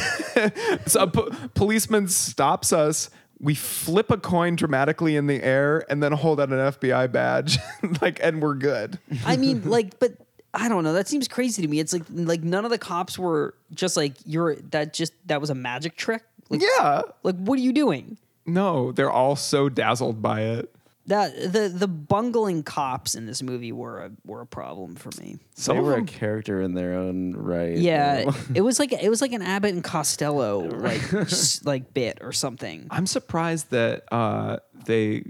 Speaker 2: so a po- policeman stops us we flip a coin dramatically in the air and then hold out an FBI badge like and we're good
Speaker 3: I mean, like, but I don't know. That seems crazy to me. It's like like none of the cops were just like you're that just that was a magic trick. Like,
Speaker 2: yeah
Speaker 3: Like, what are you doing?
Speaker 2: no they're all so dazzled by it
Speaker 3: That the the bungling cops in this movie were a were a problem for me.
Speaker 2: some
Speaker 4: they
Speaker 2: of
Speaker 4: were a
Speaker 2: them-
Speaker 4: character in their own right.
Speaker 3: Yeah, it was like it was like an Abbott and Costello like s- like bit or something.
Speaker 2: I'm surprised that uh, they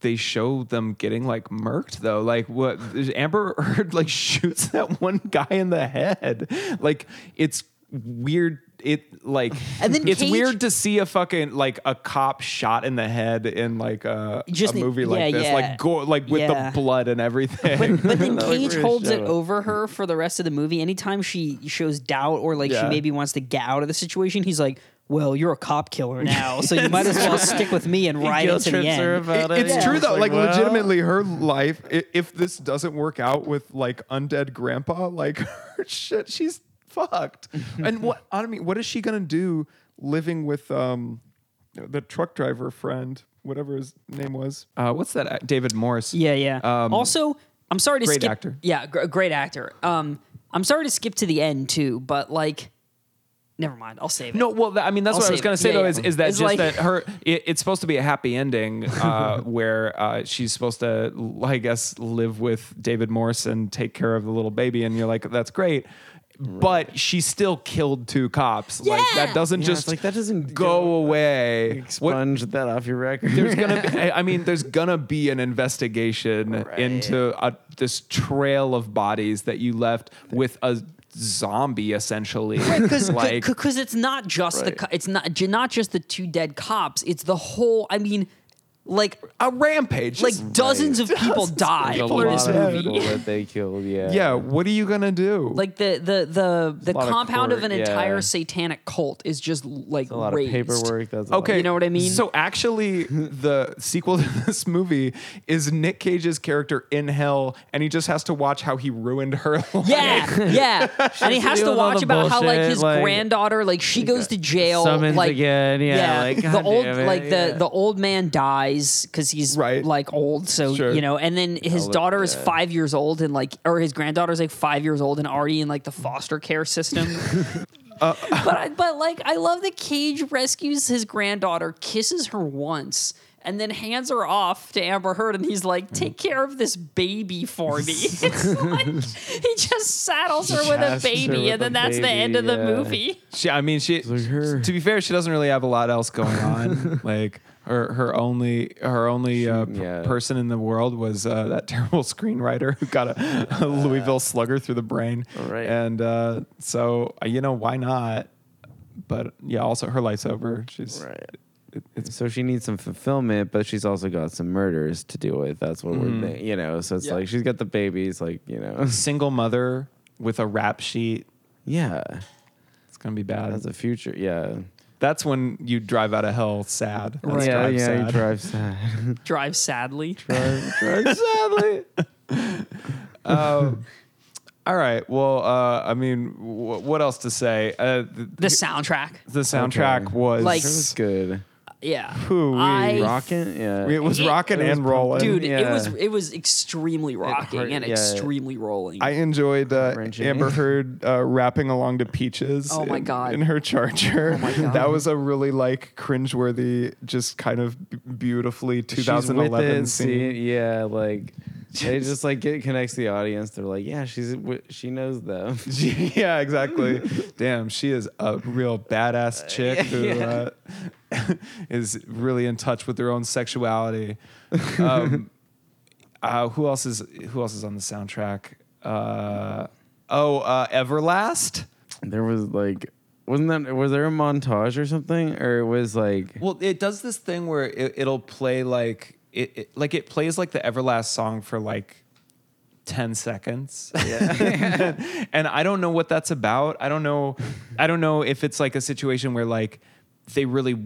Speaker 2: they show them getting like murked though. Like what Amber Heard like shoots that one guy in the head. Like it's weird. It like
Speaker 3: And then
Speaker 2: it's
Speaker 3: Cage-
Speaker 2: weird to see a fucking like a cop shot in the head in like a,
Speaker 3: Just-
Speaker 2: a movie
Speaker 3: yeah,
Speaker 2: like this.
Speaker 3: yeah.
Speaker 2: Like go like with
Speaker 3: Yeah.
Speaker 2: the blood and everything.
Speaker 3: But then
Speaker 4: That was
Speaker 3: Cage
Speaker 4: really
Speaker 3: holds it
Speaker 4: shallow.
Speaker 3: over her for the rest of the movie. Anytime she shows doubt or like she
Speaker 2: Yeah.
Speaker 3: maybe wants to get out of the situation, he's like, "Well, you're a cop killer now, so you might as well stick with me and ride it
Speaker 4: guilt
Speaker 3: to the
Speaker 4: trips
Speaker 3: end."
Speaker 4: her about
Speaker 2: It-
Speaker 4: it.
Speaker 2: it's
Speaker 4: Yeah.
Speaker 2: true
Speaker 4: It's
Speaker 2: though.
Speaker 4: like,
Speaker 2: Like,
Speaker 4: well-
Speaker 2: legitimately, her life. i- If this doesn't work out with like undead grandpa, like her shit, she's
Speaker 5: fucked. and what I mean, what is she gonna do living with um the truck driver friend, whatever his name was?
Speaker 2: Uh, what's that? uh, David Morris.
Speaker 3: Yeah, yeah.
Speaker 2: Um,
Speaker 3: also, I'm sorry to
Speaker 2: great
Speaker 3: skip.
Speaker 2: actor.
Speaker 3: Yeah, gr- great actor. Um, I'm sorry to skip to the end too, but like, never mind. I'll save it.
Speaker 2: No, well, tha- I mean, that's
Speaker 3: I'll
Speaker 2: what I was
Speaker 3: save
Speaker 2: going
Speaker 3: it.
Speaker 2: to say
Speaker 3: Yeah,
Speaker 2: though. Is,
Speaker 3: yeah.
Speaker 2: is that
Speaker 3: It's
Speaker 2: just
Speaker 3: like-
Speaker 2: that her? It, it's supposed to be a happy ending uh, where uh, she's supposed to, l- I guess, live with David Morse and take care of the little baby, and you're like, that's great. But she still killed two cops. Like
Speaker 3: Yeah.
Speaker 2: that doesn't
Speaker 4: Yeah, it's
Speaker 2: just
Speaker 4: like, that doesn't
Speaker 2: go
Speaker 4: go-
Speaker 2: away. What-
Speaker 4: Sponge that off your record.
Speaker 2: there's gonna be, I I mean there's gonna be an investigation into a, this trail of bodies that you left with a zombie essentially
Speaker 3: because
Speaker 2: like
Speaker 3: because it's not just the co- it's not j- not just the two dead cops. It's the whole. I mean, like
Speaker 2: a rampage
Speaker 3: like
Speaker 2: Just-
Speaker 3: dozens of people die
Speaker 6: a
Speaker 3: in
Speaker 6: lot
Speaker 3: this
Speaker 6: of
Speaker 3: movie.
Speaker 6: people that they killed. Yeah,
Speaker 2: yeah what are you gonna do
Speaker 3: Like the the the the
Speaker 6: lot of
Speaker 3: compound of,
Speaker 6: court,
Speaker 3: an
Speaker 6: yeah.
Speaker 3: entire satanic cult is just like
Speaker 6: A lot
Speaker 3: raised.
Speaker 6: of paperwork. That's a lot
Speaker 2: okay
Speaker 3: You know what I mean?
Speaker 2: so actually the sequel to this movie is nick cage's character in hell and he just has to watch how he ruined her life.
Speaker 3: Yeah, yeah. and he has to
Speaker 4: dealing with all
Speaker 3: watch
Speaker 4: the
Speaker 3: about how like
Speaker 4: bullshit,
Speaker 3: his
Speaker 4: like-
Speaker 3: granddaughter, like she goes to jail,
Speaker 4: Summons
Speaker 3: like
Speaker 4: again, yeah, like,
Speaker 3: the
Speaker 4: God
Speaker 3: old,
Speaker 4: damn it,
Speaker 3: like
Speaker 4: yeah.
Speaker 3: the the old man dies because he's
Speaker 2: Right.
Speaker 3: like old, so
Speaker 2: Sure.
Speaker 3: you know. And then his daughter is five years old, and like, or his granddaughter's like five years old, and already in like the foster care system. but I, but like I love that Cage rescues his granddaughter, kisses her once. And then hands her off to Amber Heard, and he's like, "Take
Speaker 6: Mm-hmm.
Speaker 3: care of this baby for me." it's like he just saddles her with a
Speaker 6: Just her
Speaker 3: baby,
Speaker 6: with
Speaker 3: and then
Speaker 6: a
Speaker 3: that's the
Speaker 6: baby,
Speaker 3: end of the
Speaker 6: yeah.
Speaker 3: movie.
Speaker 2: She, I mean, she.
Speaker 4: like her.
Speaker 2: To be fair, she doesn't really have a lot else going on. like her, her only, her only uh, p-
Speaker 6: yeah.
Speaker 2: person in the world was uh, that terrible screenwriter who got a, a Louisville Slugger through the brain.
Speaker 4: Right.
Speaker 2: And uh, so uh, you know why not? But yeah, also her life's over. She's
Speaker 4: Right.
Speaker 6: so she needs some fulfillment, but she's also got some murders to deal with. That's what
Speaker 4: Mm-hmm.
Speaker 6: we're, thi- you know. So it's like she's got the babies, like you know,
Speaker 2: single mother with a rap sheet.
Speaker 6: yeah,
Speaker 2: It's gonna be bad.
Speaker 6: that's
Speaker 2: That's,
Speaker 6: a future, yeah,
Speaker 2: when you drive out of hell sad. That's
Speaker 6: yeah,
Speaker 2: drive
Speaker 6: yeah.
Speaker 2: sad.
Speaker 6: You drive sad,
Speaker 3: Drive sadly.
Speaker 6: drive, drive sadly.
Speaker 2: Um, all right. Well, uh, I mean, wh- what else to say? Uh, th-
Speaker 3: The soundtrack.
Speaker 2: The soundtrack
Speaker 6: Okay.
Speaker 2: was
Speaker 3: Like-
Speaker 6: It was good.
Speaker 3: Yeah.
Speaker 2: Ooh-wee.
Speaker 3: I-
Speaker 6: Rocking, yeah.
Speaker 2: it was
Speaker 3: uh, It-
Speaker 2: rocking
Speaker 6: it was
Speaker 2: and rolling.
Speaker 3: Dude, it
Speaker 6: Yeah.
Speaker 3: was it was extremely rocking and
Speaker 6: yeah.
Speaker 3: extremely rolling.
Speaker 5: I enjoyed uh,
Speaker 6: Wrenching.
Speaker 5: Amber Heard uh, rapping along to Peaches.
Speaker 3: Oh my
Speaker 5: in-
Speaker 3: God. Oh
Speaker 5: In her charger.
Speaker 3: my God.
Speaker 5: That was a really like cringeworthy, just kind of b- beautifully
Speaker 6: She's with
Speaker 5: 2011
Speaker 6: it,
Speaker 5: scene.
Speaker 6: see it, yeah, like it just like it connects the audience. They're like, yeah, she's wi- she knows them.
Speaker 2: yeah, exactly. Damn, she is a real badass chick who Uh, is really in touch with her own sexuality. Um, uh, who else is Who else is on the soundtrack? Uh, oh, uh, Everlast.
Speaker 6: There was like, wasn't that was there a montage or something, or it was like
Speaker 2: Well, it does this thing where it, it'll play like it, it, like it plays like the Everlast song for like ten seconds. and, I don't know what that's about. I don't know. I don't know if it's like a situation where like they really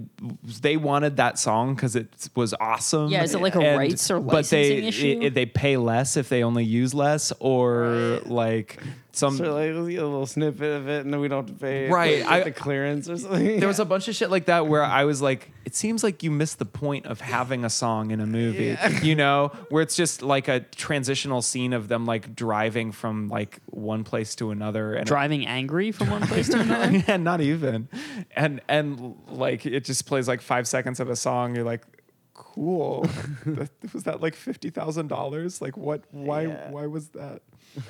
Speaker 2: they wanted that song because it was awesome.
Speaker 3: Yeah, is it like a rights or
Speaker 2: but they
Speaker 3: licensing issue?
Speaker 2: it- it- they pay less if they only use less or like some.
Speaker 6: So like let's get a little snippet of it, and then we don't have to pay.
Speaker 2: Right,
Speaker 6: like,
Speaker 2: I-
Speaker 6: get the clearance or something.
Speaker 2: there was a bunch of shit like that where I was like, it seems like you missed the point of having a song in a movie, you know, where it's just like a transitional scene of them like driving from like one place to another and
Speaker 3: Driving angry from one place to another.
Speaker 2: yeah, not even, and and like it just plays like five seconds of a song. You're like, cool. That- was that like fifty thousand dollars? Like what? Why? Why was that?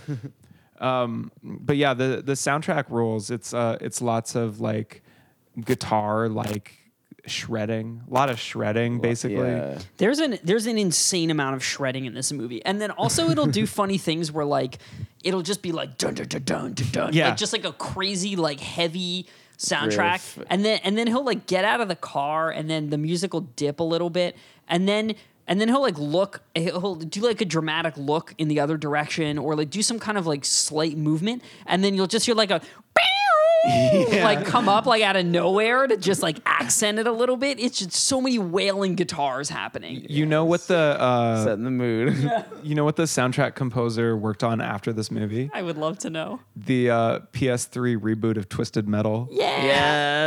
Speaker 2: um, but yeah, the the soundtrack rules. It's uh, it's lots of like guitar like shredding, a lot of shredding basically.
Speaker 6: Yeah.
Speaker 3: There's an there's an insane amount of shredding in this movie, and then also it'll do funny things where like it'll just be like dun dun dun dun dun dun,
Speaker 2: Yeah.
Speaker 3: like just like a crazy like heavy soundtrack,
Speaker 6: Riff.
Speaker 3: and then and then he'll like get out of the car, and then the music will dip a little bit, and then. And then he'll like look, he'll do like a dramatic look in the other direction, or like do some kind of like slight movement, and then you'll just hear like a, like come up like out of nowhere to just like accent it a little bit. It's just so many wailing guitars happening.
Speaker 2: You know what the uh,
Speaker 4: Setting the mood.
Speaker 2: you know what the soundtrack composer worked on after this movie?
Speaker 3: I would love to know.
Speaker 2: The uh, PS3 reboot of Twisted Metal.
Speaker 3: Yeah.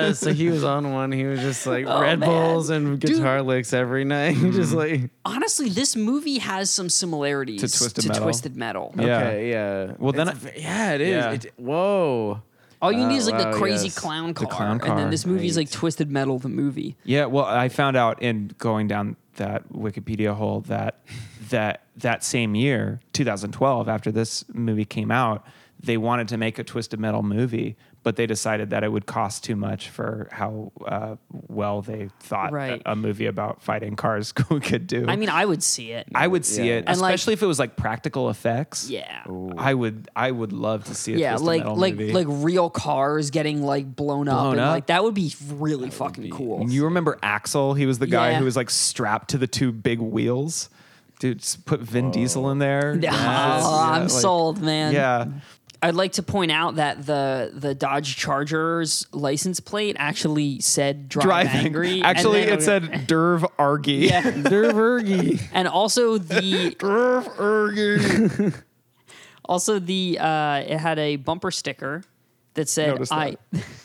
Speaker 4: yeah. So he was on one. He was just like
Speaker 3: Oh,
Speaker 4: Red
Speaker 3: man.
Speaker 4: Bulls and
Speaker 3: Dude.
Speaker 4: guitar licks every night.
Speaker 2: Mm-hmm.
Speaker 4: just like
Speaker 3: Honestly, this movie has some similarities
Speaker 2: To Twisted Metal.
Speaker 3: Twisted Metal.
Speaker 2: Yeah.
Speaker 4: okay, yeah.
Speaker 2: Well, then
Speaker 4: It's
Speaker 2: I-
Speaker 4: v- yeah, it is.
Speaker 2: Yeah.
Speaker 4: It, whoa.
Speaker 3: All you need is like
Speaker 4: wow,
Speaker 3: the crazy
Speaker 4: yes.
Speaker 3: clown car,
Speaker 2: Oh, clown
Speaker 3: and then
Speaker 2: car,
Speaker 3: this movie is like Twisted Metal, the movie.
Speaker 2: Yeah, well, I found out in going down that Wikipedia hole that that that same year, 2012, after this movie came out, they wanted to make a twisted metal movie, but they decided that it would cost too much for how uh, well they thought
Speaker 3: Right.
Speaker 2: a, a movie about fighting cars could do.
Speaker 3: I mean, I would see it.
Speaker 2: I would see
Speaker 6: Yeah.
Speaker 2: it,
Speaker 3: And, like-
Speaker 2: especially if it was like practical effects.
Speaker 3: yeah.
Speaker 2: I would, I would love to see a
Speaker 3: Yeah,
Speaker 2: twisted
Speaker 3: like
Speaker 2: metal
Speaker 3: like
Speaker 2: movie.
Speaker 3: like real cars getting like blown up,
Speaker 2: Blown
Speaker 3: and
Speaker 2: up?
Speaker 3: like that would be really fucking cool.
Speaker 2: You remember Axel? He was the guy
Speaker 3: Yeah.
Speaker 2: who was like strapped to the two big wheels. Dude, just put Vin Diesel in there.
Speaker 3: Oh,
Speaker 2: Yes.
Speaker 3: I'm
Speaker 2: Yeah, like-
Speaker 3: sold, man.
Speaker 2: Yeah.
Speaker 3: I'd like to point out that the the Dodge Charger's license plate actually said "Drive,
Speaker 2: Driving.
Speaker 3: Angry." and
Speaker 2: Actually,
Speaker 3: then-
Speaker 2: it said Derv Argy.
Speaker 4: Dervergy.
Speaker 3: and also the
Speaker 2: Derv Argy.
Speaker 3: also the uh, it had a bumper sticker that said
Speaker 2: Noticed
Speaker 3: "I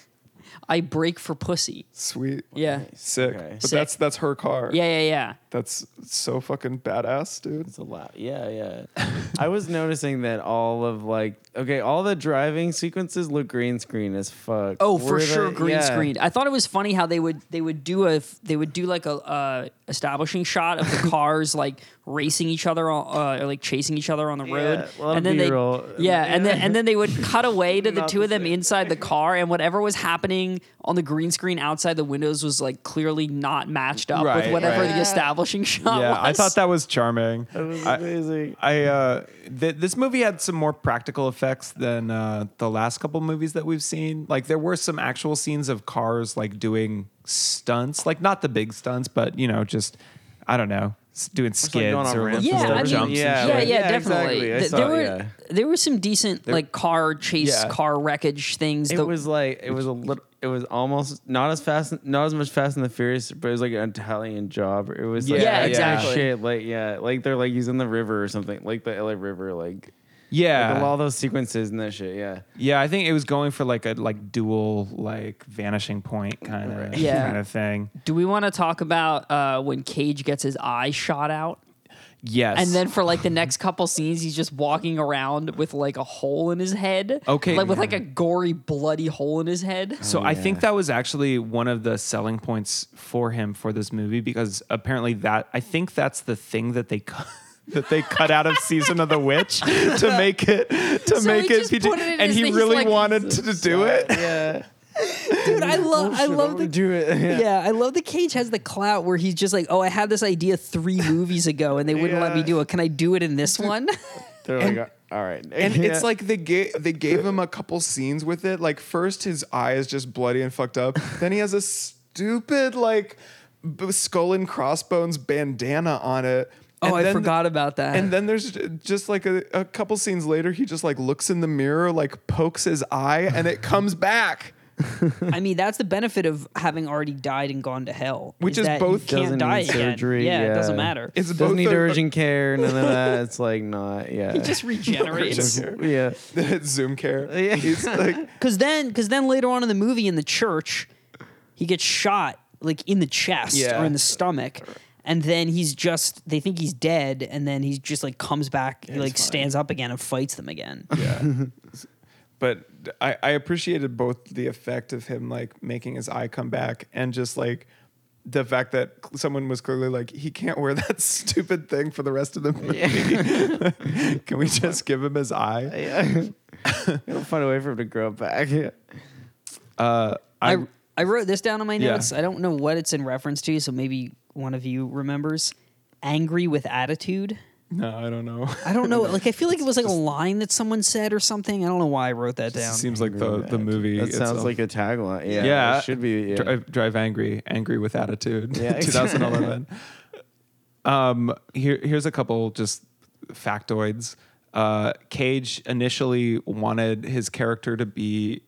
Speaker 3: I break for pussy."
Speaker 5: Sweet.
Speaker 3: Yeah,
Speaker 5: Sick. But
Speaker 3: Sick.
Speaker 5: that's that's her car.
Speaker 3: yeah, yeah, yeah.
Speaker 5: That's so fucking badass, dude.
Speaker 4: It's a lot. Yeah.
Speaker 6: Yeah, yeah.
Speaker 4: I was noticing that all of like okay, all the driving sequences look green screen as fuck.
Speaker 3: Oh,
Speaker 4: Were
Speaker 3: for sure,
Speaker 4: they-
Speaker 3: green
Speaker 4: yeah.
Speaker 3: screened. I thought it was funny how they would they would do a they would do like a uh, establishing shot of the cars like racing each other on, uh, or like chasing each other on the road,
Speaker 4: a lot of
Speaker 3: then they
Speaker 4: B-roll.
Speaker 3: yeah, and then and then they would cut away to the two of them inside the car, and whatever was happening on the green screen outside the windows was like clearly not matched up with
Speaker 2: Right,
Speaker 3: whatever
Speaker 2: right.
Speaker 3: the establishing shot
Speaker 2: Yeah,
Speaker 3: was.
Speaker 2: I thought that was charming.
Speaker 4: It was
Speaker 2: I-
Speaker 4: amazing.
Speaker 2: I uh, th- this movie had some more practical effects than uh, the last couple movies that we've seen. Like there were some actual scenes of cars like doing stunts, like not the big stunts, but you know, just I don't know, s- doing
Speaker 4: like,
Speaker 2: skids
Speaker 4: going on
Speaker 2: or
Speaker 4: ramps
Speaker 3: Yeah,
Speaker 4: Instead
Speaker 2: or
Speaker 4: of
Speaker 3: I mean,
Speaker 2: jumps. and
Speaker 3: yeah,
Speaker 2: shit.
Speaker 3: yeah,
Speaker 4: shit. Yeah,
Speaker 3: definitely.
Speaker 4: exactly. I
Speaker 3: Th-
Speaker 4: saw
Speaker 3: there
Speaker 4: it,
Speaker 3: were
Speaker 4: yeah.
Speaker 3: there were some decent like car chase,
Speaker 2: Yeah.
Speaker 3: car wreckage things.
Speaker 4: It
Speaker 3: that-
Speaker 4: was like it was a little. It was almost not as fast, not as much Fast and the Furious, but it was like an Italian job. It was like
Speaker 3: Yeah,
Speaker 4: that kind of
Speaker 3: exactly.
Speaker 4: shit. Like yeah, like they're like using the river or something, like the LA River, like,
Speaker 2: yeah.
Speaker 4: like all those sequences and that shit. Yeah,
Speaker 2: Yeah, I think it was going for like a like dual like vanishing point kind of
Speaker 3: Yeah.
Speaker 2: kind of thing.
Speaker 3: Do we want to talk about uh, when Cage gets his eye shot out?
Speaker 2: Yes.
Speaker 3: And then for like the next couple scenes, he's just walking around with like a hole in his head.
Speaker 2: Okay.
Speaker 3: Like with like a gory, bloody hole in his head.
Speaker 2: So I think that was actually one of the selling points for him for this movie because apparently that I think that's the thing that they cut that they cut out of Season of the Witch to make it to
Speaker 3: So he
Speaker 2: make it
Speaker 3: just
Speaker 2: PG,
Speaker 3: put it in
Speaker 2: and
Speaker 3: his-
Speaker 2: he
Speaker 3: he's
Speaker 2: really
Speaker 3: like-
Speaker 2: wanted to, do it.
Speaker 4: yeah.
Speaker 3: Dude, I
Speaker 4: Oh,
Speaker 3: love I love
Speaker 4: to
Speaker 3: the
Speaker 4: do it. Yeah.
Speaker 3: yeah, I love the Cage has the clout where he's just like, oh, I had this idea three movies ago and they wouldn't let me do it. Can I do it in this one?
Speaker 4: They're like, all right,
Speaker 5: And it's like they gave they gave him a couple scenes with it. Like first his eye is just bloody and fucked up. then he has a stupid like b- skull and crossbones bandana on it.
Speaker 3: oh,
Speaker 5: And
Speaker 3: I
Speaker 5: then-
Speaker 3: forgot about that.
Speaker 5: And then there's j- just like a, a couple scenes later, he just like looks in the mirror, like pokes his eye, and it comes back.
Speaker 3: I mean, that's the benefit of having already died and gone to hell.
Speaker 5: Which is
Speaker 3: that
Speaker 5: both-
Speaker 3: you can't
Speaker 4: Doesn't
Speaker 3: die
Speaker 4: need
Speaker 3: again.
Speaker 4: surgery,
Speaker 3: yeah, it
Speaker 4: yeah.
Speaker 3: doesn't matter.
Speaker 5: It's
Speaker 4: doesn't
Speaker 5: both
Speaker 4: need
Speaker 5: a-
Speaker 4: urgent care, none of that. It's like not. Yeah,
Speaker 3: it just regenerates.
Speaker 4: yeah.
Speaker 5: It's Zoom care. He's like,
Speaker 3: Because then, because then later on in the movie, in the church, he gets shot like in the chest
Speaker 5: Yeah.
Speaker 3: or in the stomach, and then he's just they think he's dead, and then he's just like comes back, he like stands up again and fights them again.
Speaker 5: yeah. But I, I appreciated both the effect of him like making his eye come back and just like the fact that cl- someone was clearly like, he can't wear that stupid thing for the rest of the movie. Can we just give him his eye?
Speaker 4: Yeah. It'll find a way for him to grow back. Yeah.
Speaker 3: I I wrote this down on my
Speaker 2: Yeah.
Speaker 3: notes. I don't know what it's in reference to, so maybe one of you remembers. Angry with attitude.
Speaker 2: No, I don't know.
Speaker 3: I don't know. Like I feel like it was like a line that someone said or something. I don't know why I wrote that down.
Speaker 2: Seems like the the movie.
Speaker 4: That sounds
Speaker 2: itself.
Speaker 4: like a tagline. Yeah,
Speaker 2: yeah,
Speaker 4: it should be. Yeah.
Speaker 2: drive, drive angry, angry with attitude.
Speaker 4: Yeah.
Speaker 2: 2011. um, here here's a couple just factoids. Uh, Cage initially wanted his character to be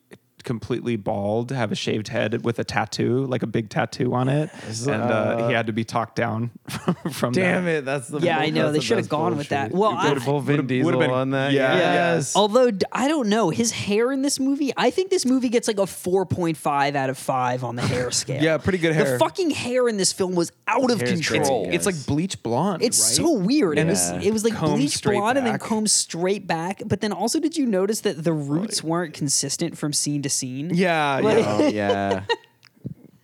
Speaker 2: completely bald, have a shaved head with a tattoo, like a big tattoo on it, and uh, he had to be talked down from, from
Speaker 4: Damn
Speaker 2: that.
Speaker 4: it, that's the
Speaker 3: Yeah,
Speaker 4: bull-
Speaker 3: I know,
Speaker 4: that's
Speaker 3: they
Speaker 4: the
Speaker 3: should've
Speaker 4: best
Speaker 3: gone with
Speaker 4: bullshit.
Speaker 3: that. Well,
Speaker 4: You
Speaker 3: I-
Speaker 4: could've pulled Vin
Speaker 2: Would've- would've
Speaker 4: Diesel
Speaker 2: been-
Speaker 4: on that.
Speaker 2: yeah, yeah.
Speaker 4: yes.
Speaker 3: Uh, Although d- I don't know his hair in this movie, I think this movie gets like a four point five out of five on the hair scale.
Speaker 2: Yeah, pretty good
Speaker 3: The
Speaker 2: hair.
Speaker 3: fucking hair in this film was out of
Speaker 6: Hair's crazy,
Speaker 3: control.
Speaker 6: yeah.
Speaker 2: It's like bleach blonde.
Speaker 3: It's
Speaker 2: right?
Speaker 3: so weird. It was
Speaker 6: Yeah.
Speaker 3: it was like
Speaker 2: Combed
Speaker 3: bleach
Speaker 2: straight
Speaker 3: blonde and then
Speaker 2: back.
Speaker 3: combed straight back. But then also, did you notice that the roots weren't consistent from scene to scene?
Speaker 2: Yeah,
Speaker 3: Like-
Speaker 2: yeah.
Speaker 6: Oh, yeah.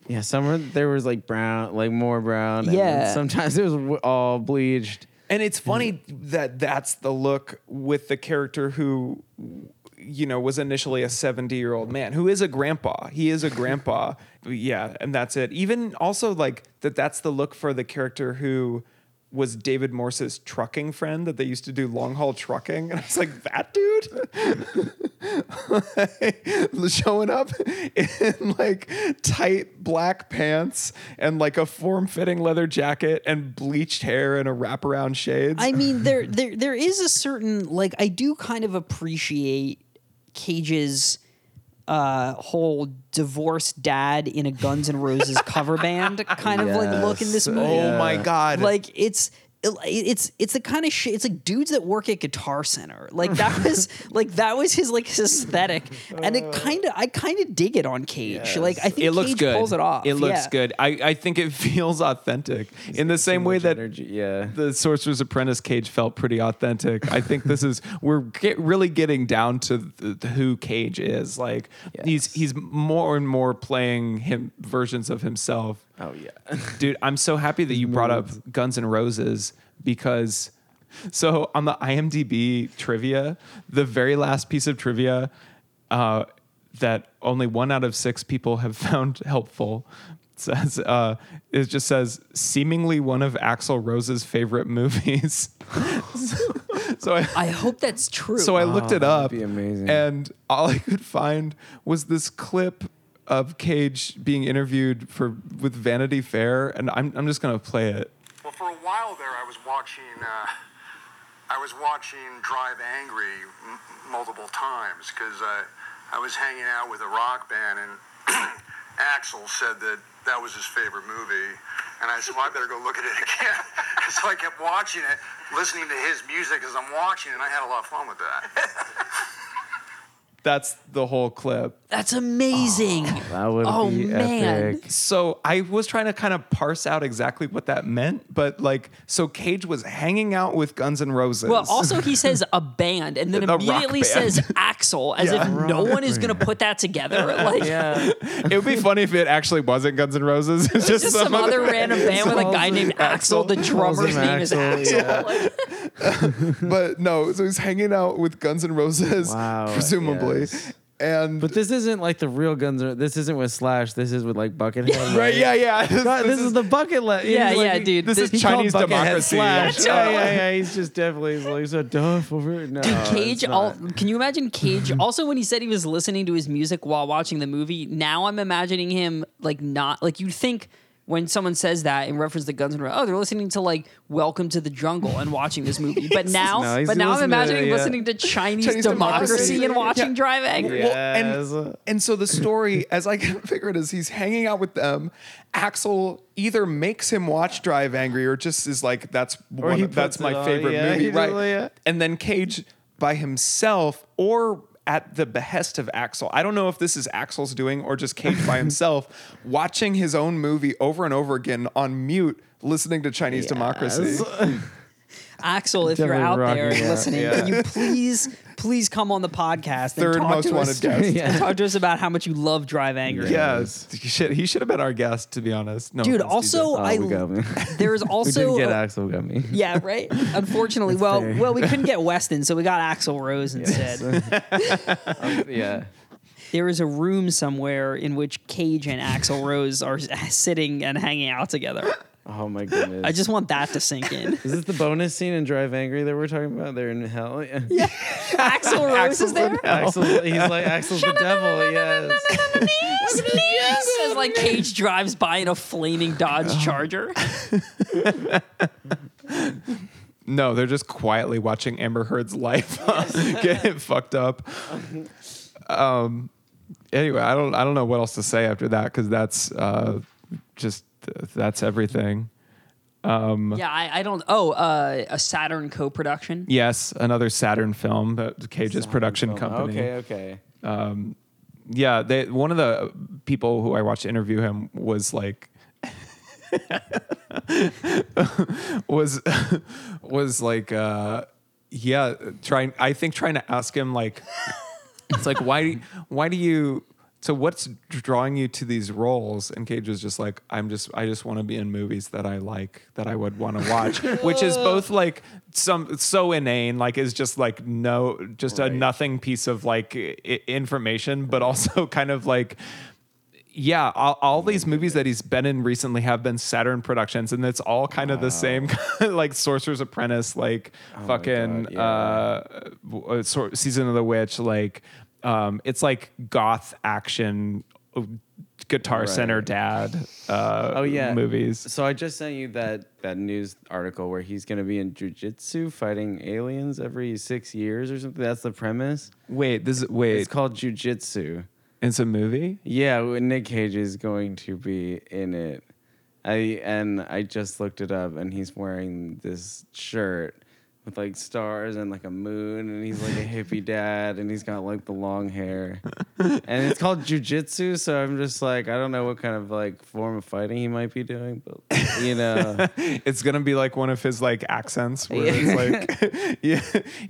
Speaker 4: Yeah, somewhere there was like brown, like more brown. and then
Speaker 3: Yeah.
Speaker 4: sometimes it was w- all bleached.
Speaker 2: And it's funny that that's the look with the character who, you know, was initially a 70 year old man who is a grandpa. He is a grandpa. yeah. And that's it. Even also like that, that's the look for the character who was David Morse's trucking friend that they used to do long haul trucking. And I was like, that dude? showing up in like tight black pants and like a form fitting leather jacket and bleached hair and a wraparound shades.
Speaker 3: I mean, there there there is a certain like I do kind of appreciate Cage's uh, whole divorced dad in a Guns N' Roses cover band kind of like look in this
Speaker 4: Yes.
Speaker 3: movie.
Speaker 2: Oh my God.
Speaker 3: Like it's. It's it's the kind of shit. It's like dudes that work at Guitar Center. Like that was like that was his like his aesthetic, and it kind of I kind of dig it on Cage. Like I think
Speaker 2: it looks
Speaker 3: Cage
Speaker 2: good.
Speaker 3: pulls it off.
Speaker 2: It looks
Speaker 3: Yeah.
Speaker 2: good. I, I think it feels authentic in the same way
Speaker 4: much
Speaker 2: that
Speaker 4: energy, yeah.
Speaker 2: the Sorcerer's Apprentice Cage felt pretty authentic. I think this is we're get, really getting down to th th- who Cage is. Like he's he's more and more playing him versions of himself.
Speaker 4: Oh yeah.
Speaker 2: Dude, I'm so happy that you brought up Guns N' Roses because so on the IMDb trivia, the very last piece of trivia uh, that only one out of six people have found helpful says uh, it just says seemingly one of Axl Rose's favorite movies. so, so I
Speaker 3: I hope that's true.
Speaker 2: so I looked it up.
Speaker 4: Oh, be amazing.
Speaker 2: And all I could find was this clip of Cage being interviewed for with Vanity Fair, and I'm I'm just gonna play it.
Speaker 8: Well, for a while there, I was watching. Uh, I was watching Drive Angry m- multiple times because I, I was hanging out with a rock band and Axel said that that was his favorite movie, and I said, "Well, I better go look at it again." so I kept watching it, listening to his music as I'm watching, it, and I had a lot of fun with that.
Speaker 2: That's the whole clip.
Speaker 3: that's amazing.
Speaker 4: That would
Speaker 3: Oh,
Speaker 4: be
Speaker 3: man.
Speaker 4: epic.
Speaker 2: So I was trying to kind of parse out exactly what that meant, but like, so Cage was hanging out with Guns N' Roses.
Speaker 3: Well, also he says a band, and then
Speaker 2: The rock
Speaker 3: immediately
Speaker 2: band.
Speaker 3: says Axel, as if no one is going to put that together. Like,
Speaker 4: Yeah.
Speaker 2: it would be funny if it actually wasn't Guns N' Roses. It's
Speaker 3: just some, other random band with a guy named Axel. The
Speaker 4: Calls
Speaker 3: drummer's
Speaker 4: him
Speaker 3: name is Axel.
Speaker 4: Axel,
Speaker 3: Like,
Speaker 2: But no, so he's hanging out with Guns N' Roses,
Speaker 4: Wow,
Speaker 2: presumably,
Speaker 4: yes.
Speaker 2: and
Speaker 4: But this isn't like the real Guns. N' Ro- This isn't with Slash. This is with like Buckethead.
Speaker 2: right, yeah, yeah.
Speaker 4: God, this, is, the bucket left.
Speaker 3: Yeah, yeah, dude.
Speaker 2: This is
Speaker 3: He
Speaker 2: Chinese democracy.
Speaker 4: Slash. Yeah, yeah, yeah. He's just definitely he's like he's a duff over it. No,
Speaker 3: Cage,
Speaker 4: it's not.
Speaker 3: all, can you imagine Cage? Also, when he said he was listening to his music while watching the movie, now I'm imagining him like not like you'd think when someone says that in reference to Guns N' Roses, oh, they're listening to like Welcome to the Jungle and watching this movie. But now,
Speaker 4: No, he's
Speaker 3: but now I'm
Speaker 4: listening to-
Speaker 3: imagining
Speaker 4: yeah.
Speaker 3: listening to Chinese,
Speaker 2: Chinese
Speaker 3: democracy,
Speaker 2: Democracy.
Speaker 3: and watching
Speaker 2: Yeah.
Speaker 3: Drive Angry.
Speaker 2: Well, and,
Speaker 4: Yes.
Speaker 2: and so the story, as I can figure it, is he's hanging out with them. Axel either makes him watch Drive Angry, or just is like, "That's one,
Speaker 4: he
Speaker 2: that's
Speaker 4: puts
Speaker 2: my
Speaker 4: it on,
Speaker 2: favorite
Speaker 4: yeah,
Speaker 2: movie,"
Speaker 4: he just
Speaker 2: right?
Speaker 4: like, yeah.
Speaker 2: And then Cage by himself, or at the behest of Axel. I don't know if this is Axel's doing or just Cage by himself, watching his own movie over and over again on mute, listening to Chinese Democracy.
Speaker 3: Axel, if
Speaker 4: Definitely
Speaker 3: you're out
Speaker 4: rocking
Speaker 3: there
Speaker 4: it.
Speaker 3: listening, can you please, please come on the podcast
Speaker 2: Third
Speaker 3: and talk
Speaker 2: most
Speaker 3: to
Speaker 2: wanted
Speaker 3: us,
Speaker 2: guest.
Speaker 3: and talk to us about how much you love Drive Angry.
Speaker 2: Yes, shit, he should have been our guest. To be honest, no,
Speaker 3: Dude,
Speaker 2: offense,
Speaker 3: also
Speaker 2: DJ.
Speaker 4: Oh,
Speaker 3: I
Speaker 4: we got me.
Speaker 3: there is
Speaker 4: we didn't
Speaker 3: also uh,
Speaker 4: get
Speaker 3: a-
Speaker 4: Axel. We got me.
Speaker 3: yeah, right. Unfortunately, well,
Speaker 4: fair.
Speaker 3: well, we couldn't get Weston, so we got Axel Rose instead.
Speaker 4: yeah.
Speaker 3: there is a room somewhere in which Cage and Axel Rose are sitting and hanging out together.
Speaker 4: Oh my goodness.
Speaker 3: I just want that to sink in.
Speaker 4: Is this the bonus scene in Drive Angry that we're talking about? They're in hell. Yeah.
Speaker 3: Axel Rose is there.
Speaker 4: Axel, he's like Axel's the devil. Yes.
Speaker 3: As like Cage drives by in a flaming Dodge Charger.
Speaker 2: No, they're just quietly watching Amber Heard's life get fucked up. Um, anyway, I don't I don't know what else to say after that because that's uh, just that's everything.
Speaker 3: Yeah, I, I don't. Oh, uh, a Saturn co-production.
Speaker 2: Yes, another Saturn film that Cage's production company.
Speaker 6: Okay, okay.
Speaker 2: Yeah, they, one of the people who I watched interview him was like was was like uh yeah, trying I think trying to ask him like it's like why why do you so what's drawing you to these roles and Cage was just like I'm just I just want to be in movies that I like that I would want to watch which is both like some so inane like is just like no just a nothing piece of like I- information but also kind of like yeah, all, all these movies that he's been in recently have been Saturn Productions, and it's all kind of the same, like Sorcerer's Apprentice, like fucking
Speaker 6: Oh God, yeah.
Speaker 2: uh, w- uh, sor- Season of the Witch, like um, it's like goth action, uh, guitar center dad. Uh,
Speaker 6: Oh yeah,
Speaker 2: movies.
Speaker 6: So I just sent you that that news article where he's going to be in jujitsu fighting aliens every six years or something. That's the premise.
Speaker 2: Wait, this is wait,
Speaker 6: It's called jujitsu.
Speaker 2: it's a movie.
Speaker 6: Yeah, w- Nick Cage is going to be in it. I and I just looked it up, and he's wearing this shirt with like stars and like a moon, and he's like a hippie dad, and he's got like the long hair, and it's called jujitsu. So I'm just like, I don't know what kind of like form of fighting he might be doing, but you know,
Speaker 2: It's gonna be like one of his like accents where it's like, yeah,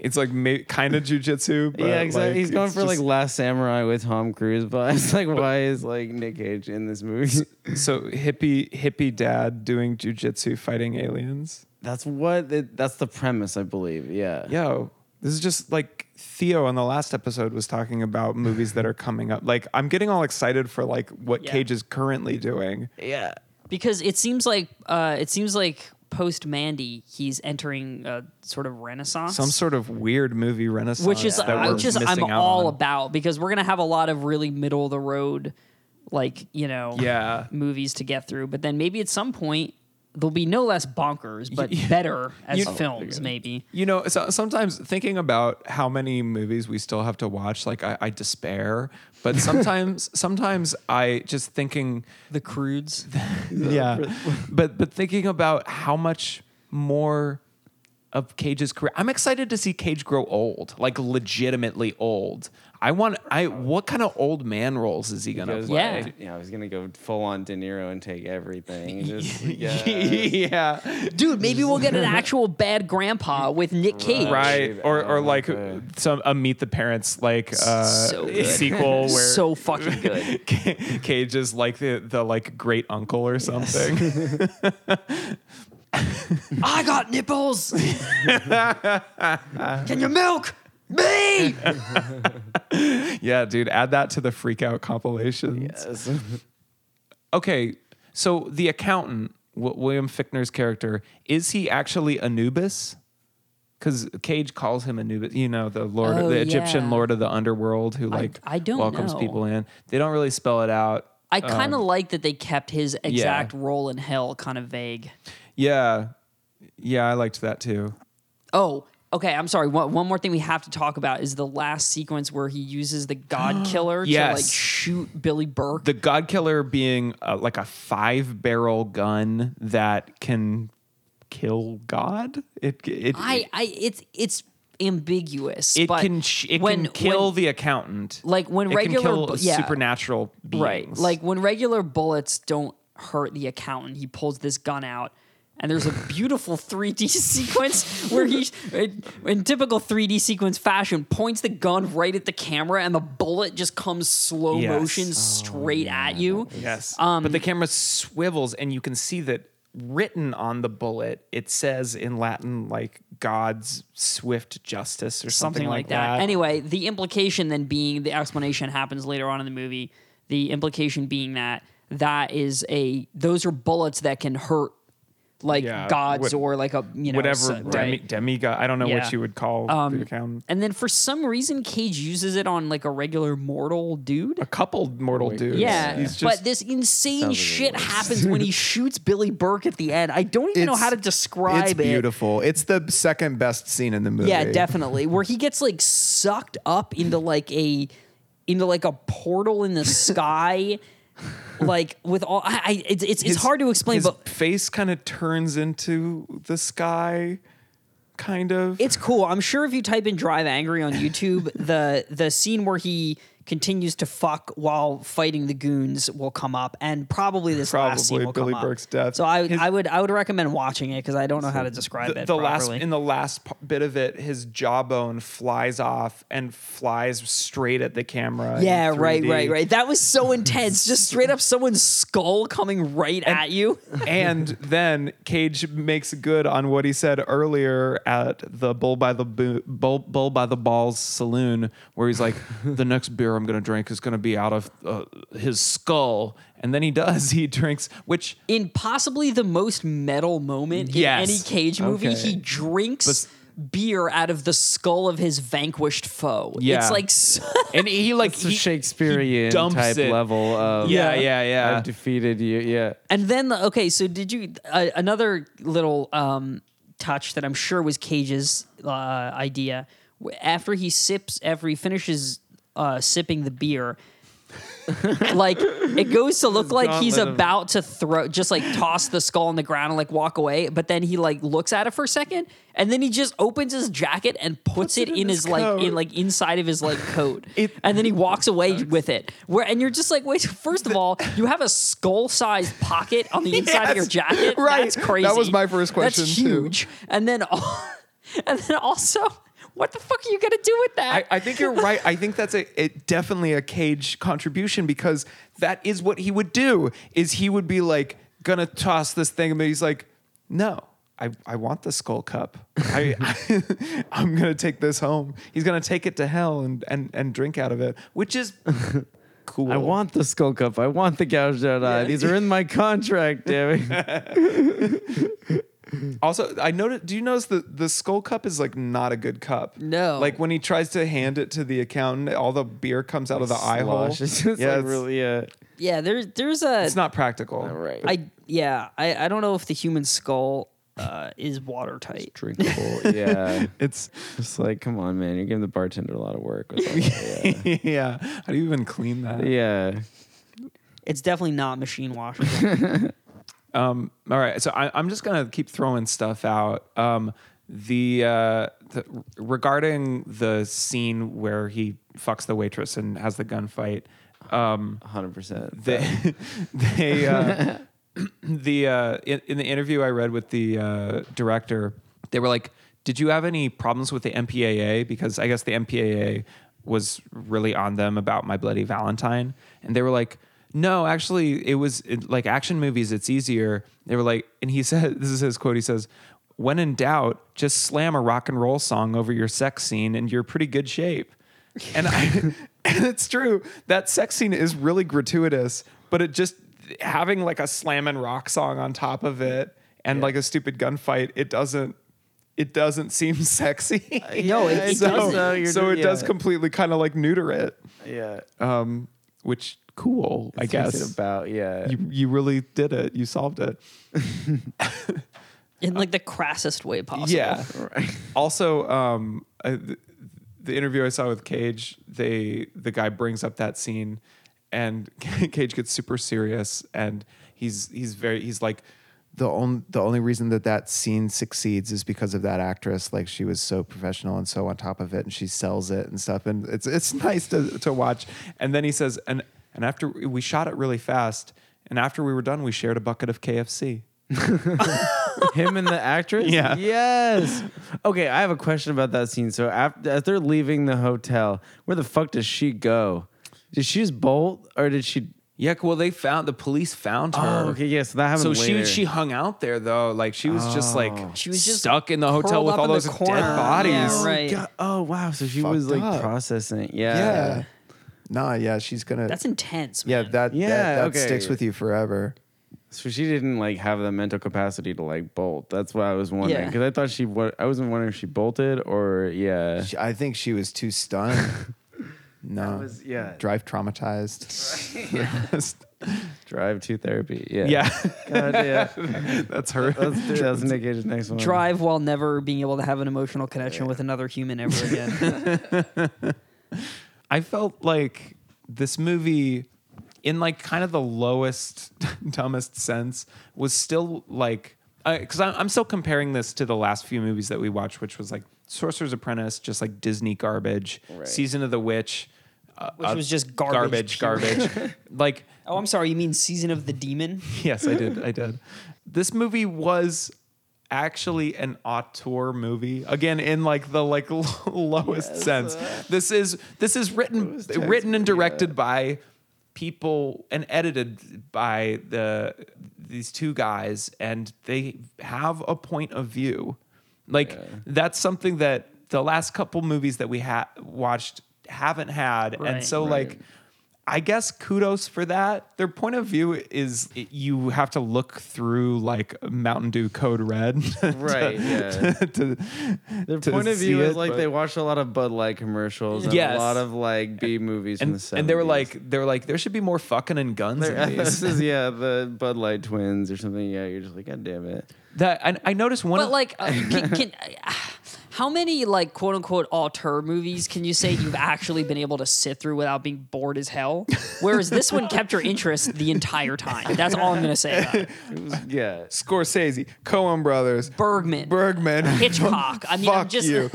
Speaker 2: it's like ma- kind of jujitsu. but,
Speaker 6: yeah, exactly.
Speaker 2: like,
Speaker 6: he's going
Speaker 2: it's
Speaker 6: for
Speaker 2: just-
Speaker 6: like Last Samurai with Tom Cruise, but it's like, why is like Nick Cage in this movie?
Speaker 2: So hippie hippie dad doing jujitsu fighting aliens.
Speaker 6: That's what it, that's the premise, I believe. Yeah.
Speaker 2: Yo, this is just like Theo on the last episode was talking about movies that are coming up. Like I'm getting all excited for like what
Speaker 3: Yeah.
Speaker 2: Cage is currently doing.
Speaker 6: Yeah.
Speaker 3: because it seems like uh, it seems like post Mandy, he's entering a sort of renaissance.
Speaker 2: Some sort of weird movie renaissance.
Speaker 3: which is
Speaker 2: that
Speaker 3: I
Speaker 2: we're
Speaker 3: just I'm
Speaker 2: missing out
Speaker 3: all
Speaker 2: on.
Speaker 3: about because we're gonna have a lot of really middle of the road, like you know,
Speaker 2: Yeah.
Speaker 3: movies to get through. But then maybe at some point there'll be no less bonkers, but better as films, maybe.
Speaker 2: You know, so sometimes thinking about how many movies we still have to watch, like I, I despair. But sometimes, sometimes I just thinking
Speaker 3: The Crudes.
Speaker 2: yeah. but but thinking about how much more of Cage's career, I'm excited to see Cage grow old, like legitimately old. I want I what kind of old man roles is he gonna
Speaker 6: goes,
Speaker 2: play?
Speaker 3: Yeah.
Speaker 6: yeah. I was gonna go full on De Niro and take everything. Just, yeah.
Speaker 2: yeah.
Speaker 3: Dude, maybe we'll get an actual bad grandpa with Nick Cage.
Speaker 2: Right. Or or
Speaker 6: Oh,
Speaker 2: like
Speaker 6: okay.
Speaker 2: some a Meet the Parents like uh
Speaker 3: So good.
Speaker 2: sequel where
Speaker 3: So fucking good.
Speaker 2: Cage is like the the like great uncle or something.
Speaker 3: I got nipples. Can you milk me?
Speaker 2: yeah, dude, add that to the freak out compilations. okay, so the accountant, w- William Fickner's character, is he actually Anubis? Because Cage calls him Anubis, you know, the Lord,
Speaker 3: Oh,
Speaker 2: the Egyptian
Speaker 3: yeah.
Speaker 2: lord of the underworld, who like
Speaker 3: I don't
Speaker 2: welcomes
Speaker 3: know.
Speaker 2: people in. They don't really spell it out.
Speaker 3: I kind of like that they kept his exact role in hell kind of vague.
Speaker 2: Yeah, yeah, I liked that too.
Speaker 3: Oh, okay. I'm sorry. One, one more thing we have to talk about is the last sequence where he uses the God Killer to
Speaker 2: Yes.
Speaker 3: like shoot Billy Burke.
Speaker 2: The God Killer being uh, like a five barrel gun that can kill God. It it
Speaker 3: I, I, it's, it's ambiguous.
Speaker 2: it
Speaker 3: but
Speaker 2: can sh- it
Speaker 3: when,
Speaker 2: can kill
Speaker 3: when-
Speaker 2: the accountant.
Speaker 3: like, when
Speaker 2: it
Speaker 3: regular
Speaker 2: can kill
Speaker 3: bu- yeah.
Speaker 2: supernatural beings.
Speaker 3: Right. Like when regular bullets don't hurt the accountant, he pulls this gun out. And there's a beautiful 3D sequence where he, in, in typical 3D sequence fashion, points the gun right at the camera and the bullet just comes slow
Speaker 2: Yes.
Speaker 3: motion
Speaker 2: Oh,
Speaker 3: straight at you.
Speaker 2: yes.
Speaker 3: um,
Speaker 2: but the camera swivels and you can see that written on the bullet it says in Latin like God's swift justice or something,
Speaker 3: something like that. Anyway, the implication then being the explanation happens later on in the movie. The implication being that that is a those are bullets that can hurt like
Speaker 2: Yeah,
Speaker 3: gods
Speaker 2: what-
Speaker 3: or like a you know
Speaker 2: whatever
Speaker 3: so-
Speaker 2: demi,
Speaker 3: right.
Speaker 2: demigod I don't know
Speaker 3: Yeah. Um,
Speaker 2: what you would call the accountant.
Speaker 3: And then for some reason, Cage uses it on like a regular mortal dude.
Speaker 2: A couple mortal dudes.
Speaker 3: Yeah,
Speaker 2: He's just
Speaker 3: but this insane shit happens when he shoots Billy Burke at the end. I don't even know
Speaker 5: It's-
Speaker 3: how to describe
Speaker 5: it's
Speaker 3: it.
Speaker 5: beautiful. It's the second best scene in the movie.
Speaker 3: Yeah, definitely. Where he gets like sucked up into like a into like a portal in the sky, like with all. I, I it's it's, it's
Speaker 2: His-
Speaker 3: hard to explain,
Speaker 2: his
Speaker 3: but
Speaker 2: face kind of turns into the sky, kind of.
Speaker 3: it's cool. I'm sure if you type in "drive angry" on YouTube, the the scene where he continues to fuck while fighting the goons will come up, and probably this last scene
Speaker 2: Probably
Speaker 3: will
Speaker 2: Billy
Speaker 3: come
Speaker 2: Burke's
Speaker 3: up.
Speaker 2: death.
Speaker 3: So I
Speaker 2: His-
Speaker 3: I would I would recommend watching it because I don't know how to describe
Speaker 2: the,
Speaker 3: it.
Speaker 2: the last
Speaker 3: properly.
Speaker 2: in the last p- bit of it, his jawbone flies off and flies straight at the camera. in
Speaker 3: Yeah, right,
Speaker 2: 3D.
Speaker 3: right, right. That was so intense. Just straight up someone's skull coming right at you.
Speaker 2: and then Cage makes good on what he said earlier at the Bull by the Bo- Bull, Bull by the Balls saloon, where he's like, "The next beer I'm gonna drink is gonna be out of uh, his skull," and then he does. He drinks, which
Speaker 3: In possibly the most metal moment
Speaker 2: Yes.
Speaker 3: in any Cage movie,
Speaker 2: Okay.
Speaker 3: he drinks beer out of the skull of his vanquished foe.
Speaker 2: Yeah.
Speaker 3: It's like s-
Speaker 2: and he like
Speaker 4: It's a
Speaker 2: he- he
Speaker 4: Shakespearean
Speaker 2: dumps
Speaker 4: type
Speaker 2: it.
Speaker 4: level of
Speaker 2: Yeah, yeah, yeah.
Speaker 4: I've defeated you. Yeah.
Speaker 3: And then the, okay, so did you uh, another little um touch that I'm sure was Cage's uh, idea w- after he sips after he finishes uh, sipping the beer like it goes to look like he's
Speaker 4: gauntlet of-
Speaker 3: about to throw just like toss the skull on the ground and like walk away but then he like looks at it for a second and then he just opens his jacket and puts, it, in, his, like in like inside of his like coat and then he walks away with it where and you're just like wait first of all you have a skull sized pocket on the inside of your
Speaker 5: Yes.
Speaker 3: jacket
Speaker 5: Right.
Speaker 3: that's crazy
Speaker 5: That was my first question,
Speaker 3: that's
Speaker 5: too.
Speaker 3: huge and then and then also what the fuck are you gonna do with
Speaker 2: I,
Speaker 3: that
Speaker 2: I think you're right. I think that's a it, definitely a cage contribution because that is what he would do. Is he would be like gonna toss this thing, but he's like, no, I, I want the skull cup. I, I I'm gonna take this home. He's gonna take it to hell and and and drink out of it, which is cool.
Speaker 4: I want the skull cup. I want the gouged out eye. These are in my contract, damn it.
Speaker 2: Also, I noticed. Do you notice the the skull cup is like not a good cup?
Speaker 3: No.
Speaker 2: Like when he tries to hand it to the accountant, all the beer comes out of the eye hole.
Speaker 4: Slosh. It's just like really uh,
Speaker 3: yeah there's there's a
Speaker 2: It's not practical.
Speaker 4: right.
Speaker 3: I yeah, I, I don't know if the human skull uh, is watertight.
Speaker 4: drinkable. Yeah.
Speaker 2: It's
Speaker 4: It's like, come on, man. You're giving the bartender a lot of work. with all that,
Speaker 2: yeah. How do you even clean that?
Speaker 4: yeah. yeah.
Speaker 3: It's definitely not machine washable.
Speaker 2: All right. So I, I'm just gonna keep throwing stuff out. Um, the, uh, the regarding the scene where he fucks the waitress and has the gunfight. Um,
Speaker 4: 100%.
Speaker 2: they they uh, the uh, in, in the interview I read with the uh, director, they were like, "Did you have any problems with the MPAA?" Because I guess the MPAA was really on them about My Bloody Valentine, and they were like. No, actually, it was it, like action movies. It's easier. They were like, and he said, "This is his quote." He says, "When in doubt, just slam a rock and roll song over your sex scene, and you're pretty good shape." and I, and it's true that sex scene is really gratuitous, but it just having like a slam and rock song on top of it and like a stupid gunfight, it doesn't it doesn't seem sexy.
Speaker 3: no, it, it
Speaker 2: so
Speaker 3: doesn't.
Speaker 4: does, uh, you're
Speaker 2: so it
Speaker 4: do-
Speaker 2: does
Speaker 4: yeah.
Speaker 2: completely kind of like neuter it,
Speaker 4: Yeah.
Speaker 2: um, which cool I
Speaker 4: Takes it
Speaker 2: guess.
Speaker 4: about, yeah.
Speaker 2: you you really did it. You solved it.
Speaker 3: in like the crassest way possible.
Speaker 2: Yeah. Also, um, I, the, the interview I saw with Cage, they the guy brings up that scene, and Cage gets super serious, and he's he's very he's like,
Speaker 5: the only the only reason that that scene succeeds is because of that actress. Like she was so professional and so on top of it, and she sells it and stuff. And it's it's nice to
Speaker 2: to watch. And then he says, and and after we shot it really fast, and after we were done, we shared a bucket of KFC.
Speaker 4: Him and the actress?
Speaker 2: Yeah.
Speaker 4: Yes. Okay, I have a question about that scene. So after as they're leaving the hotel, where the fuck does she go? Did she just bolt or did she
Speaker 2: Yeah, well, they found the police found her.
Speaker 4: Oh, okay, yeah, so that happened
Speaker 2: So she
Speaker 4: later.
Speaker 2: she hung out there though, like she was just like
Speaker 5: Oh.
Speaker 3: She was just
Speaker 2: stuck in the hotel
Speaker 3: curled
Speaker 2: with
Speaker 3: up
Speaker 2: all
Speaker 3: in the
Speaker 2: those dead
Speaker 3: corner. Yeah,
Speaker 2: bodies.
Speaker 3: right.
Speaker 4: God- Oh wow. So she was
Speaker 5: Fucked
Speaker 4: like
Speaker 5: up.
Speaker 4: processing.
Speaker 5: yeah. Nah, yeah, she's gonna.
Speaker 3: That's intense.
Speaker 5: yeah,
Speaker 3: man.
Speaker 5: that
Speaker 4: Yeah,
Speaker 5: that, that
Speaker 4: okay.
Speaker 5: sticks with you forever.
Speaker 4: So she didn't like have the mental capacity to like bolt. That's what I was wondering
Speaker 3: Yeah.
Speaker 4: because I thought she. Wa- I wasn't wondering if she bolted or yeah.
Speaker 5: She- I think she was too stunned. no,
Speaker 4: was- yeah.
Speaker 5: drive traumatized.
Speaker 4: Drive to therapy. Yeah.
Speaker 2: Yeah.
Speaker 4: God, yeah.
Speaker 2: That's her.
Speaker 4: Let's do that. That's Nick Cage's next one.
Speaker 3: Drive while never being able to have an emotional connection with another human ever again.
Speaker 2: I felt like this movie, in like kind of the lowest, dumbest sense, was still like because I'm, I'm still comparing this to the last few movies that we watched, which was like Sorcerer's Apprentice, just like Disney garbage, Season of the Witch, uh,
Speaker 3: Which
Speaker 2: uh,
Speaker 3: was just garbage,
Speaker 2: garbage, garbage. like
Speaker 3: Oh, I'm sorry. You mean Season of the Demon?
Speaker 2: yes, I did. I did. This movie was actually an auteur movie again in like the like l- lowest sense. This is this is written written and directed by people and edited by the these two guys and they have a point of view. Like that's something that the last couple movies that we ha- watched haven't had and
Speaker 3: Right.
Speaker 2: so like I guess kudos for that. Their point of view is it- you have to look through like Mountain Dew Code Red.
Speaker 4: Right. Yeah.
Speaker 2: to,
Speaker 4: Their
Speaker 2: to
Speaker 4: point of
Speaker 2: see
Speaker 4: view is
Speaker 2: it,
Speaker 4: like
Speaker 2: but-
Speaker 4: they watched a lot of Bud Light commercials and
Speaker 2: Yes.
Speaker 4: a lot of like B movies from
Speaker 2: and,
Speaker 4: the 70s.
Speaker 2: and they were like they were like there should be more fucking and guns
Speaker 4: They're-
Speaker 2: in
Speaker 4: this
Speaker 2: these.
Speaker 4: is yeah, the Bud Light twins or something. Yeah, you're just like, God damn it.
Speaker 2: that I, I noticed one.
Speaker 3: But
Speaker 2: of-
Speaker 3: like, uh, can, can, uh, how many like quote unquote auteur movies can you say you've actually been able to sit through without being bored as hell? Whereas this one kept your interest the entire time. That's all I'm gonna say. About it.
Speaker 4: Yeah.
Speaker 9: Scorsese, Coen Brothers,
Speaker 3: Bergman,
Speaker 9: Bergman,
Speaker 3: Hitchcock. I mean, I'm
Speaker 9: Fuck
Speaker 3: just
Speaker 9: you.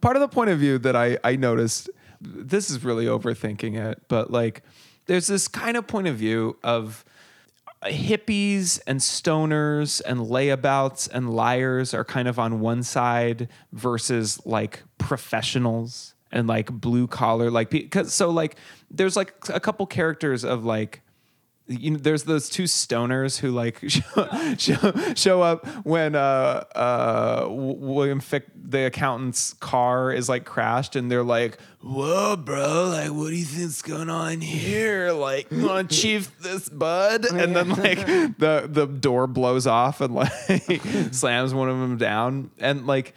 Speaker 9: Part of the point of view that I, I noticed,
Speaker 2: this is really overthinking it, but like there's this kind of point of view of uh, hippies and stoners and layabouts and liars are kind of on one side versus like professionals and like blue collar like because so like there's like a couple characters of like you know, there's those two stoners who like show, show, show up when uh, uh, W- William Fick, the accountant's car is like crashed, and they're like, "Whoa, bro! Like, what do you think's going on here? Like, you want to chief this, bud?" And then like the the door blows off and like slams one of them down, and like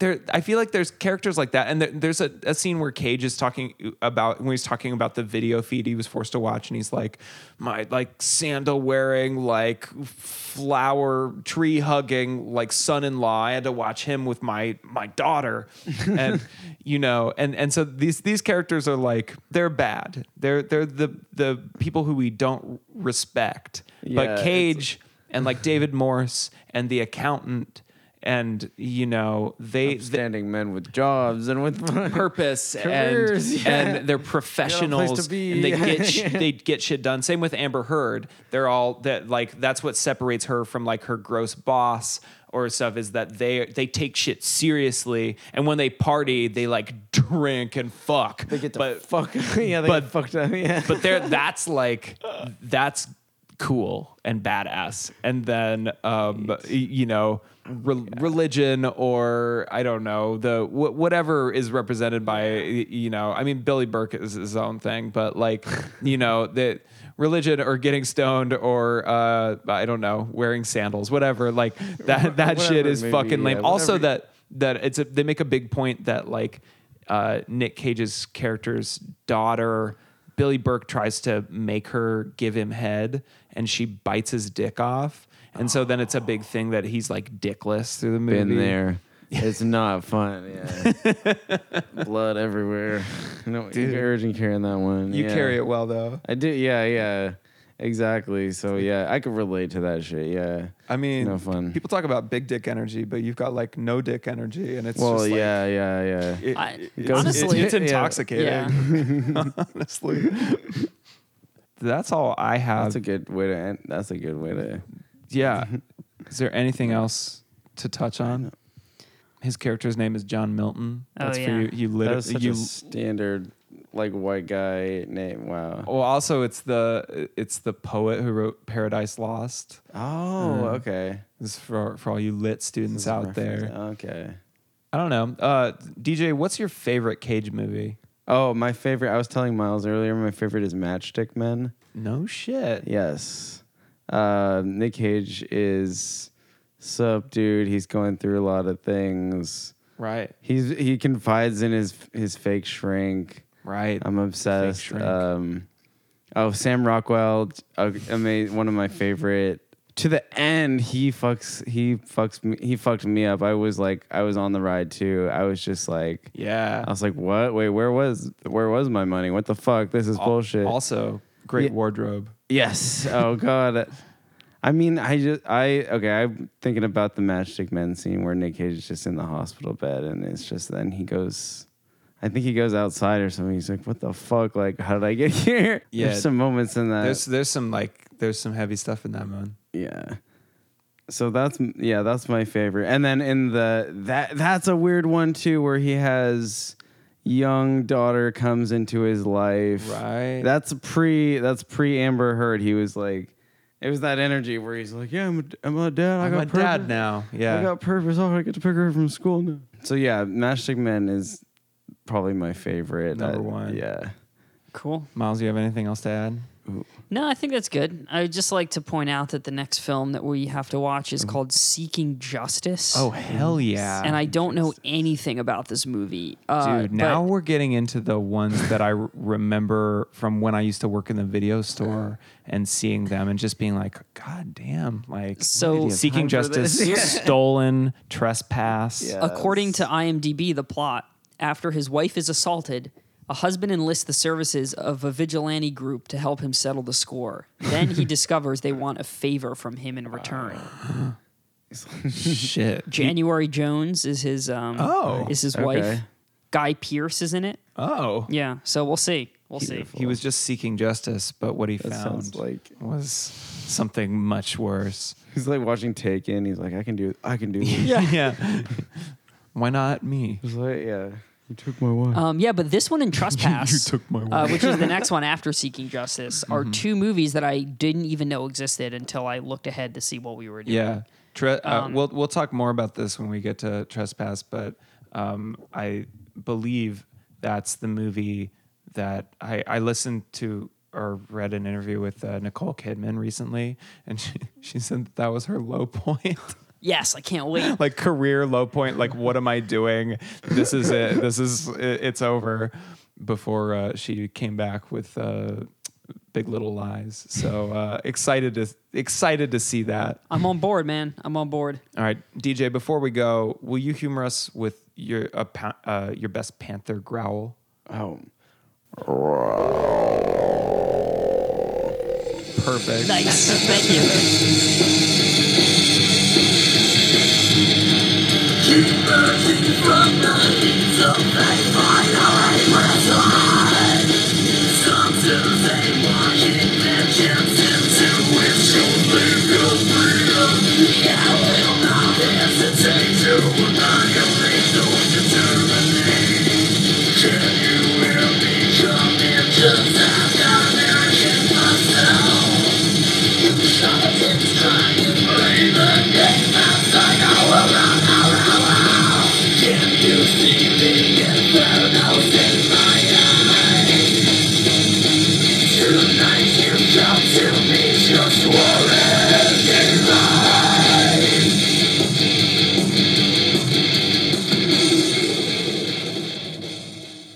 Speaker 2: there i feel like there's characters like that and there, there's a, a scene where cage is talking about when he's talking about the video feed he was forced to watch and he's like my like sandal wearing like flower tree hugging like son-in-law i had to watch him with my my daughter and you know and and so these these characters are like they're bad they're they're the the people who we don't respect
Speaker 4: Yeah,
Speaker 2: but
Speaker 4: it's-
Speaker 2: cage and like david morse and the accountant and you know they the
Speaker 4: Standing men with jobs and with
Speaker 2: purpose and
Speaker 4: Careers, yeah.
Speaker 2: and they're professionals
Speaker 4: be.
Speaker 2: and they get sh- they get shit done same with Amber Heard they're all that like that's what separates her from like her gross boss or stuff is that they they take shit seriously and when they party they like drink and fuck they
Speaker 4: get to
Speaker 2: but
Speaker 4: fuck. yeah, they
Speaker 2: but-
Speaker 4: get fucked up. Yeah.
Speaker 2: but there that's like that's cool and badass and then um y- you know re- religion or i don't know the wh- whatever is represented by y- you know i mean billy burke is his own thing but like you know that religion or getting stoned or uh i don't know wearing sandals whatever like that that shit
Speaker 4: Whatever
Speaker 2: is
Speaker 4: movie,
Speaker 2: fucking lame
Speaker 4: yeah,
Speaker 2: also
Speaker 4: whatever-
Speaker 2: that that it's a, they make a big point that like uh, Nick Cage's character's daughter Billy Burke tries to make her give him head and she bites his dick off and so then it's a big thing that he's like dickless through the movie
Speaker 4: been there. It's not fun. Yeah. Blood everywhere. No, you're urgent carrying that one.
Speaker 9: you
Speaker 4: yeah.
Speaker 9: carry it well though.
Speaker 4: I do. Yeah, yeah. Exactly. So yeah, I could relate to that shit. Yeah.
Speaker 9: I mean,
Speaker 4: no fun.
Speaker 9: people talk about big dick energy, but you've got like no dick energy, and it's
Speaker 4: well,
Speaker 9: just like,
Speaker 4: yeah, yeah, yeah.
Speaker 9: it-
Speaker 3: I-
Speaker 9: it-
Speaker 3: honestly-
Speaker 9: it's
Speaker 4: Yeah.
Speaker 9: intoxicating.
Speaker 3: yeah.
Speaker 9: Honestly,
Speaker 2: that's all I have
Speaker 9: uh,
Speaker 4: That's a good way to end. That's a good way to.
Speaker 2: yeah
Speaker 4: Mm-hmm.
Speaker 2: is there anything else to touch on his character's name is John Milton
Speaker 3: Oh,
Speaker 2: that's for
Speaker 3: yeah.
Speaker 2: you you
Speaker 4: That
Speaker 2: literally
Speaker 4: was such
Speaker 2: you
Speaker 4: a standard, like white guy name. Wow.
Speaker 9: Oh.
Speaker 2: well also it's the it's the poet who wrote Paradise Lost
Speaker 9: Mm.
Speaker 4: Oh, okay.
Speaker 2: This is for for all you lit students out there.
Speaker 4: Okay.
Speaker 2: I don't know, uh, DJ. What's your favorite Cage movie?
Speaker 4: Oh, my favorite. I was telling Miles earlier. My favorite is Matchstick Men.
Speaker 2: No shit.
Speaker 4: Yes. Uh, Nick Cage is sup, dude. He's going through a lot of things.
Speaker 2: Right.
Speaker 4: He's he confides in his his fake shrink.
Speaker 2: Right.
Speaker 4: I'm obsessed.
Speaker 2: shrink.
Speaker 4: Um, oh, Sam Rockwell, amazing, one of my favorite to the end he fucks he fucks me he fucked me up. I was like I was on the ride too. I was just like
Speaker 2: Yeah.
Speaker 4: I was like what? Wait, where was where was my money? What the fuck? This is bullshit.
Speaker 2: Also, great
Speaker 4: Yeah.
Speaker 2: wardrobe.
Speaker 4: Yes. Oh god. I mean, I just I okay. I'm thinking about the Matchstick Men scene where Nick Cage is just in the hospital bed, and it's just then he goes. I think he goes outside or something. He's like, "What the fuck? Like, how did I get here?"
Speaker 2: Yeah.
Speaker 4: There's some moments in that.
Speaker 2: There's there's some like there's some heavy stuff in that one.
Speaker 4: yeah. So that's yeah, that's my favorite. And then in the that that's a weird one too, where he has young daughter comes into his life.
Speaker 2: Right.
Speaker 4: That's pre that's pre Amber Heard. He was like, it was that energy where he's like, yeah, I'm a, I'm a dad. I
Speaker 2: I'm
Speaker 4: got
Speaker 2: a
Speaker 4: purpose.
Speaker 2: dad now. Yeah.
Speaker 4: I got purpose. Oh, I get to pick her up from school now. So yeah, Matchstick Men is probably my favorite.
Speaker 2: Number
Speaker 4: I-
Speaker 2: one.
Speaker 4: Yeah.
Speaker 3: Cool.
Speaker 2: Miles, you have anything else to add?
Speaker 3: No, I think that's good. I would just like to point out that the next film that we have to watch is called Seeking Justice.
Speaker 4: Oh,
Speaker 2: hell Mm-hmm. Oh, yeah.
Speaker 3: and I don't know anything about this movie. Uh,
Speaker 2: Dude, now
Speaker 3: but-
Speaker 2: we're getting into the ones that I r- remember from when I used to work in the video store and seeing them and just being like, God damn, like
Speaker 3: So- Idiot,
Speaker 2: seeking
Speaker 4: time for
Speaker 2: justice,
Speaker 4: this. Yeah.
Speaker 2: stolen, trespass. Yeah.
Speaker 3: According to IMDb, the plot after his wife is assaulted, a husband enlists the services of a vigilante group to help him settle the score. Then he discovers they want a favor from him in
Speaker 2: Uh,
Speaker 3: return.
Speaker 2: Shit.
Speaker 3: January Jones is his um
Speaker 2: Oh,
Speaker 3: is his
Speaker 4: okay.
Speaker 3: wife. Guy Pierce is in it.
Speaker 2: Oh.
Speaker 3: Yeah, so we'll see. We'll see.
Speaker 2: He was just seeking justice, but what he found
Speaker 4: sounds like-
Speaker 2: was something much worse.
Speaker 4: He's like watching Taken. He's like, I can do. I can do. This.
Speaker 2: Yeah. yeah. Why not me?
Speaker 4: He's like, yeah. You took my wife.
Speaker 3: Um, yeah, but this one and Trespass,
Speaker 2: took my Mm-hmm.
Speaker 3: uh, which is the next one after Seeking Justice, are two movies that I didn't even know existed until I looked ahead to see what we were doing.
Speaker 2: Yeah. Tre- uh, we'll we'll talk more about this when we get to trespass, but um, I believe that's the movie that I, I listened to or read an interview with uh, Nicole Kidman recently, and she, she said that, that was her low point,
Speaker 3: Yes, I can't wait.
Speaker 2: like career low point. Like, what am I doing? This is it. This is it, it's over. Before uh, she came back with uh, Big Little Lies, so uh, excited to excited to see that.
Speaker 3: I'm on board, man. I'm on board.
Speaker 2: All right, DJ. Before we go, will you humor us with your a pa- uh, your best panther growl?
Speaker 4: oh.
Speaker 2: Perfect.
Speaker 3: Nice. Thank you.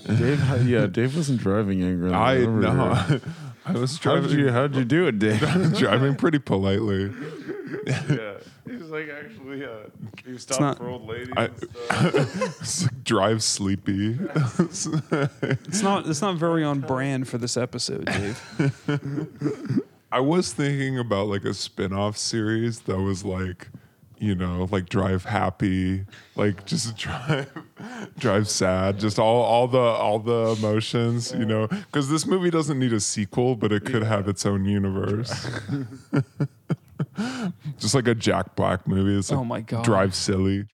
Speaker 10: Dave, how- yeah, Dave wasn't driving angry.
Speaker 11: I
Speaker 10: remember that.
Speaker 11: know. I was
Speaker 10: How did
Speaker 11: driving.
Speaker 10: you, how'd you do it, Dave?
Speaker 11: driving pretty politely.
Speaker 10: yeah. He was like, actually, uh, he stopped
Speaker 4: not-
Speaker 10: for old ladies.
Speaker 11: I- Drive sleepy.
Speaker 12: It's not it's not very on brand for this episode, Dave.
Speaker 11: I was thinking about like a spin-off series that was like, you know, like drive happy, like just drive drive sad, just all all the all the emotions, you know, cuz this movie doesn't need a sequel, but it could have its own universe. just like a Jack Black movie, it's like
Speaker 12: Oh my God.
Speaker 11: drive silly.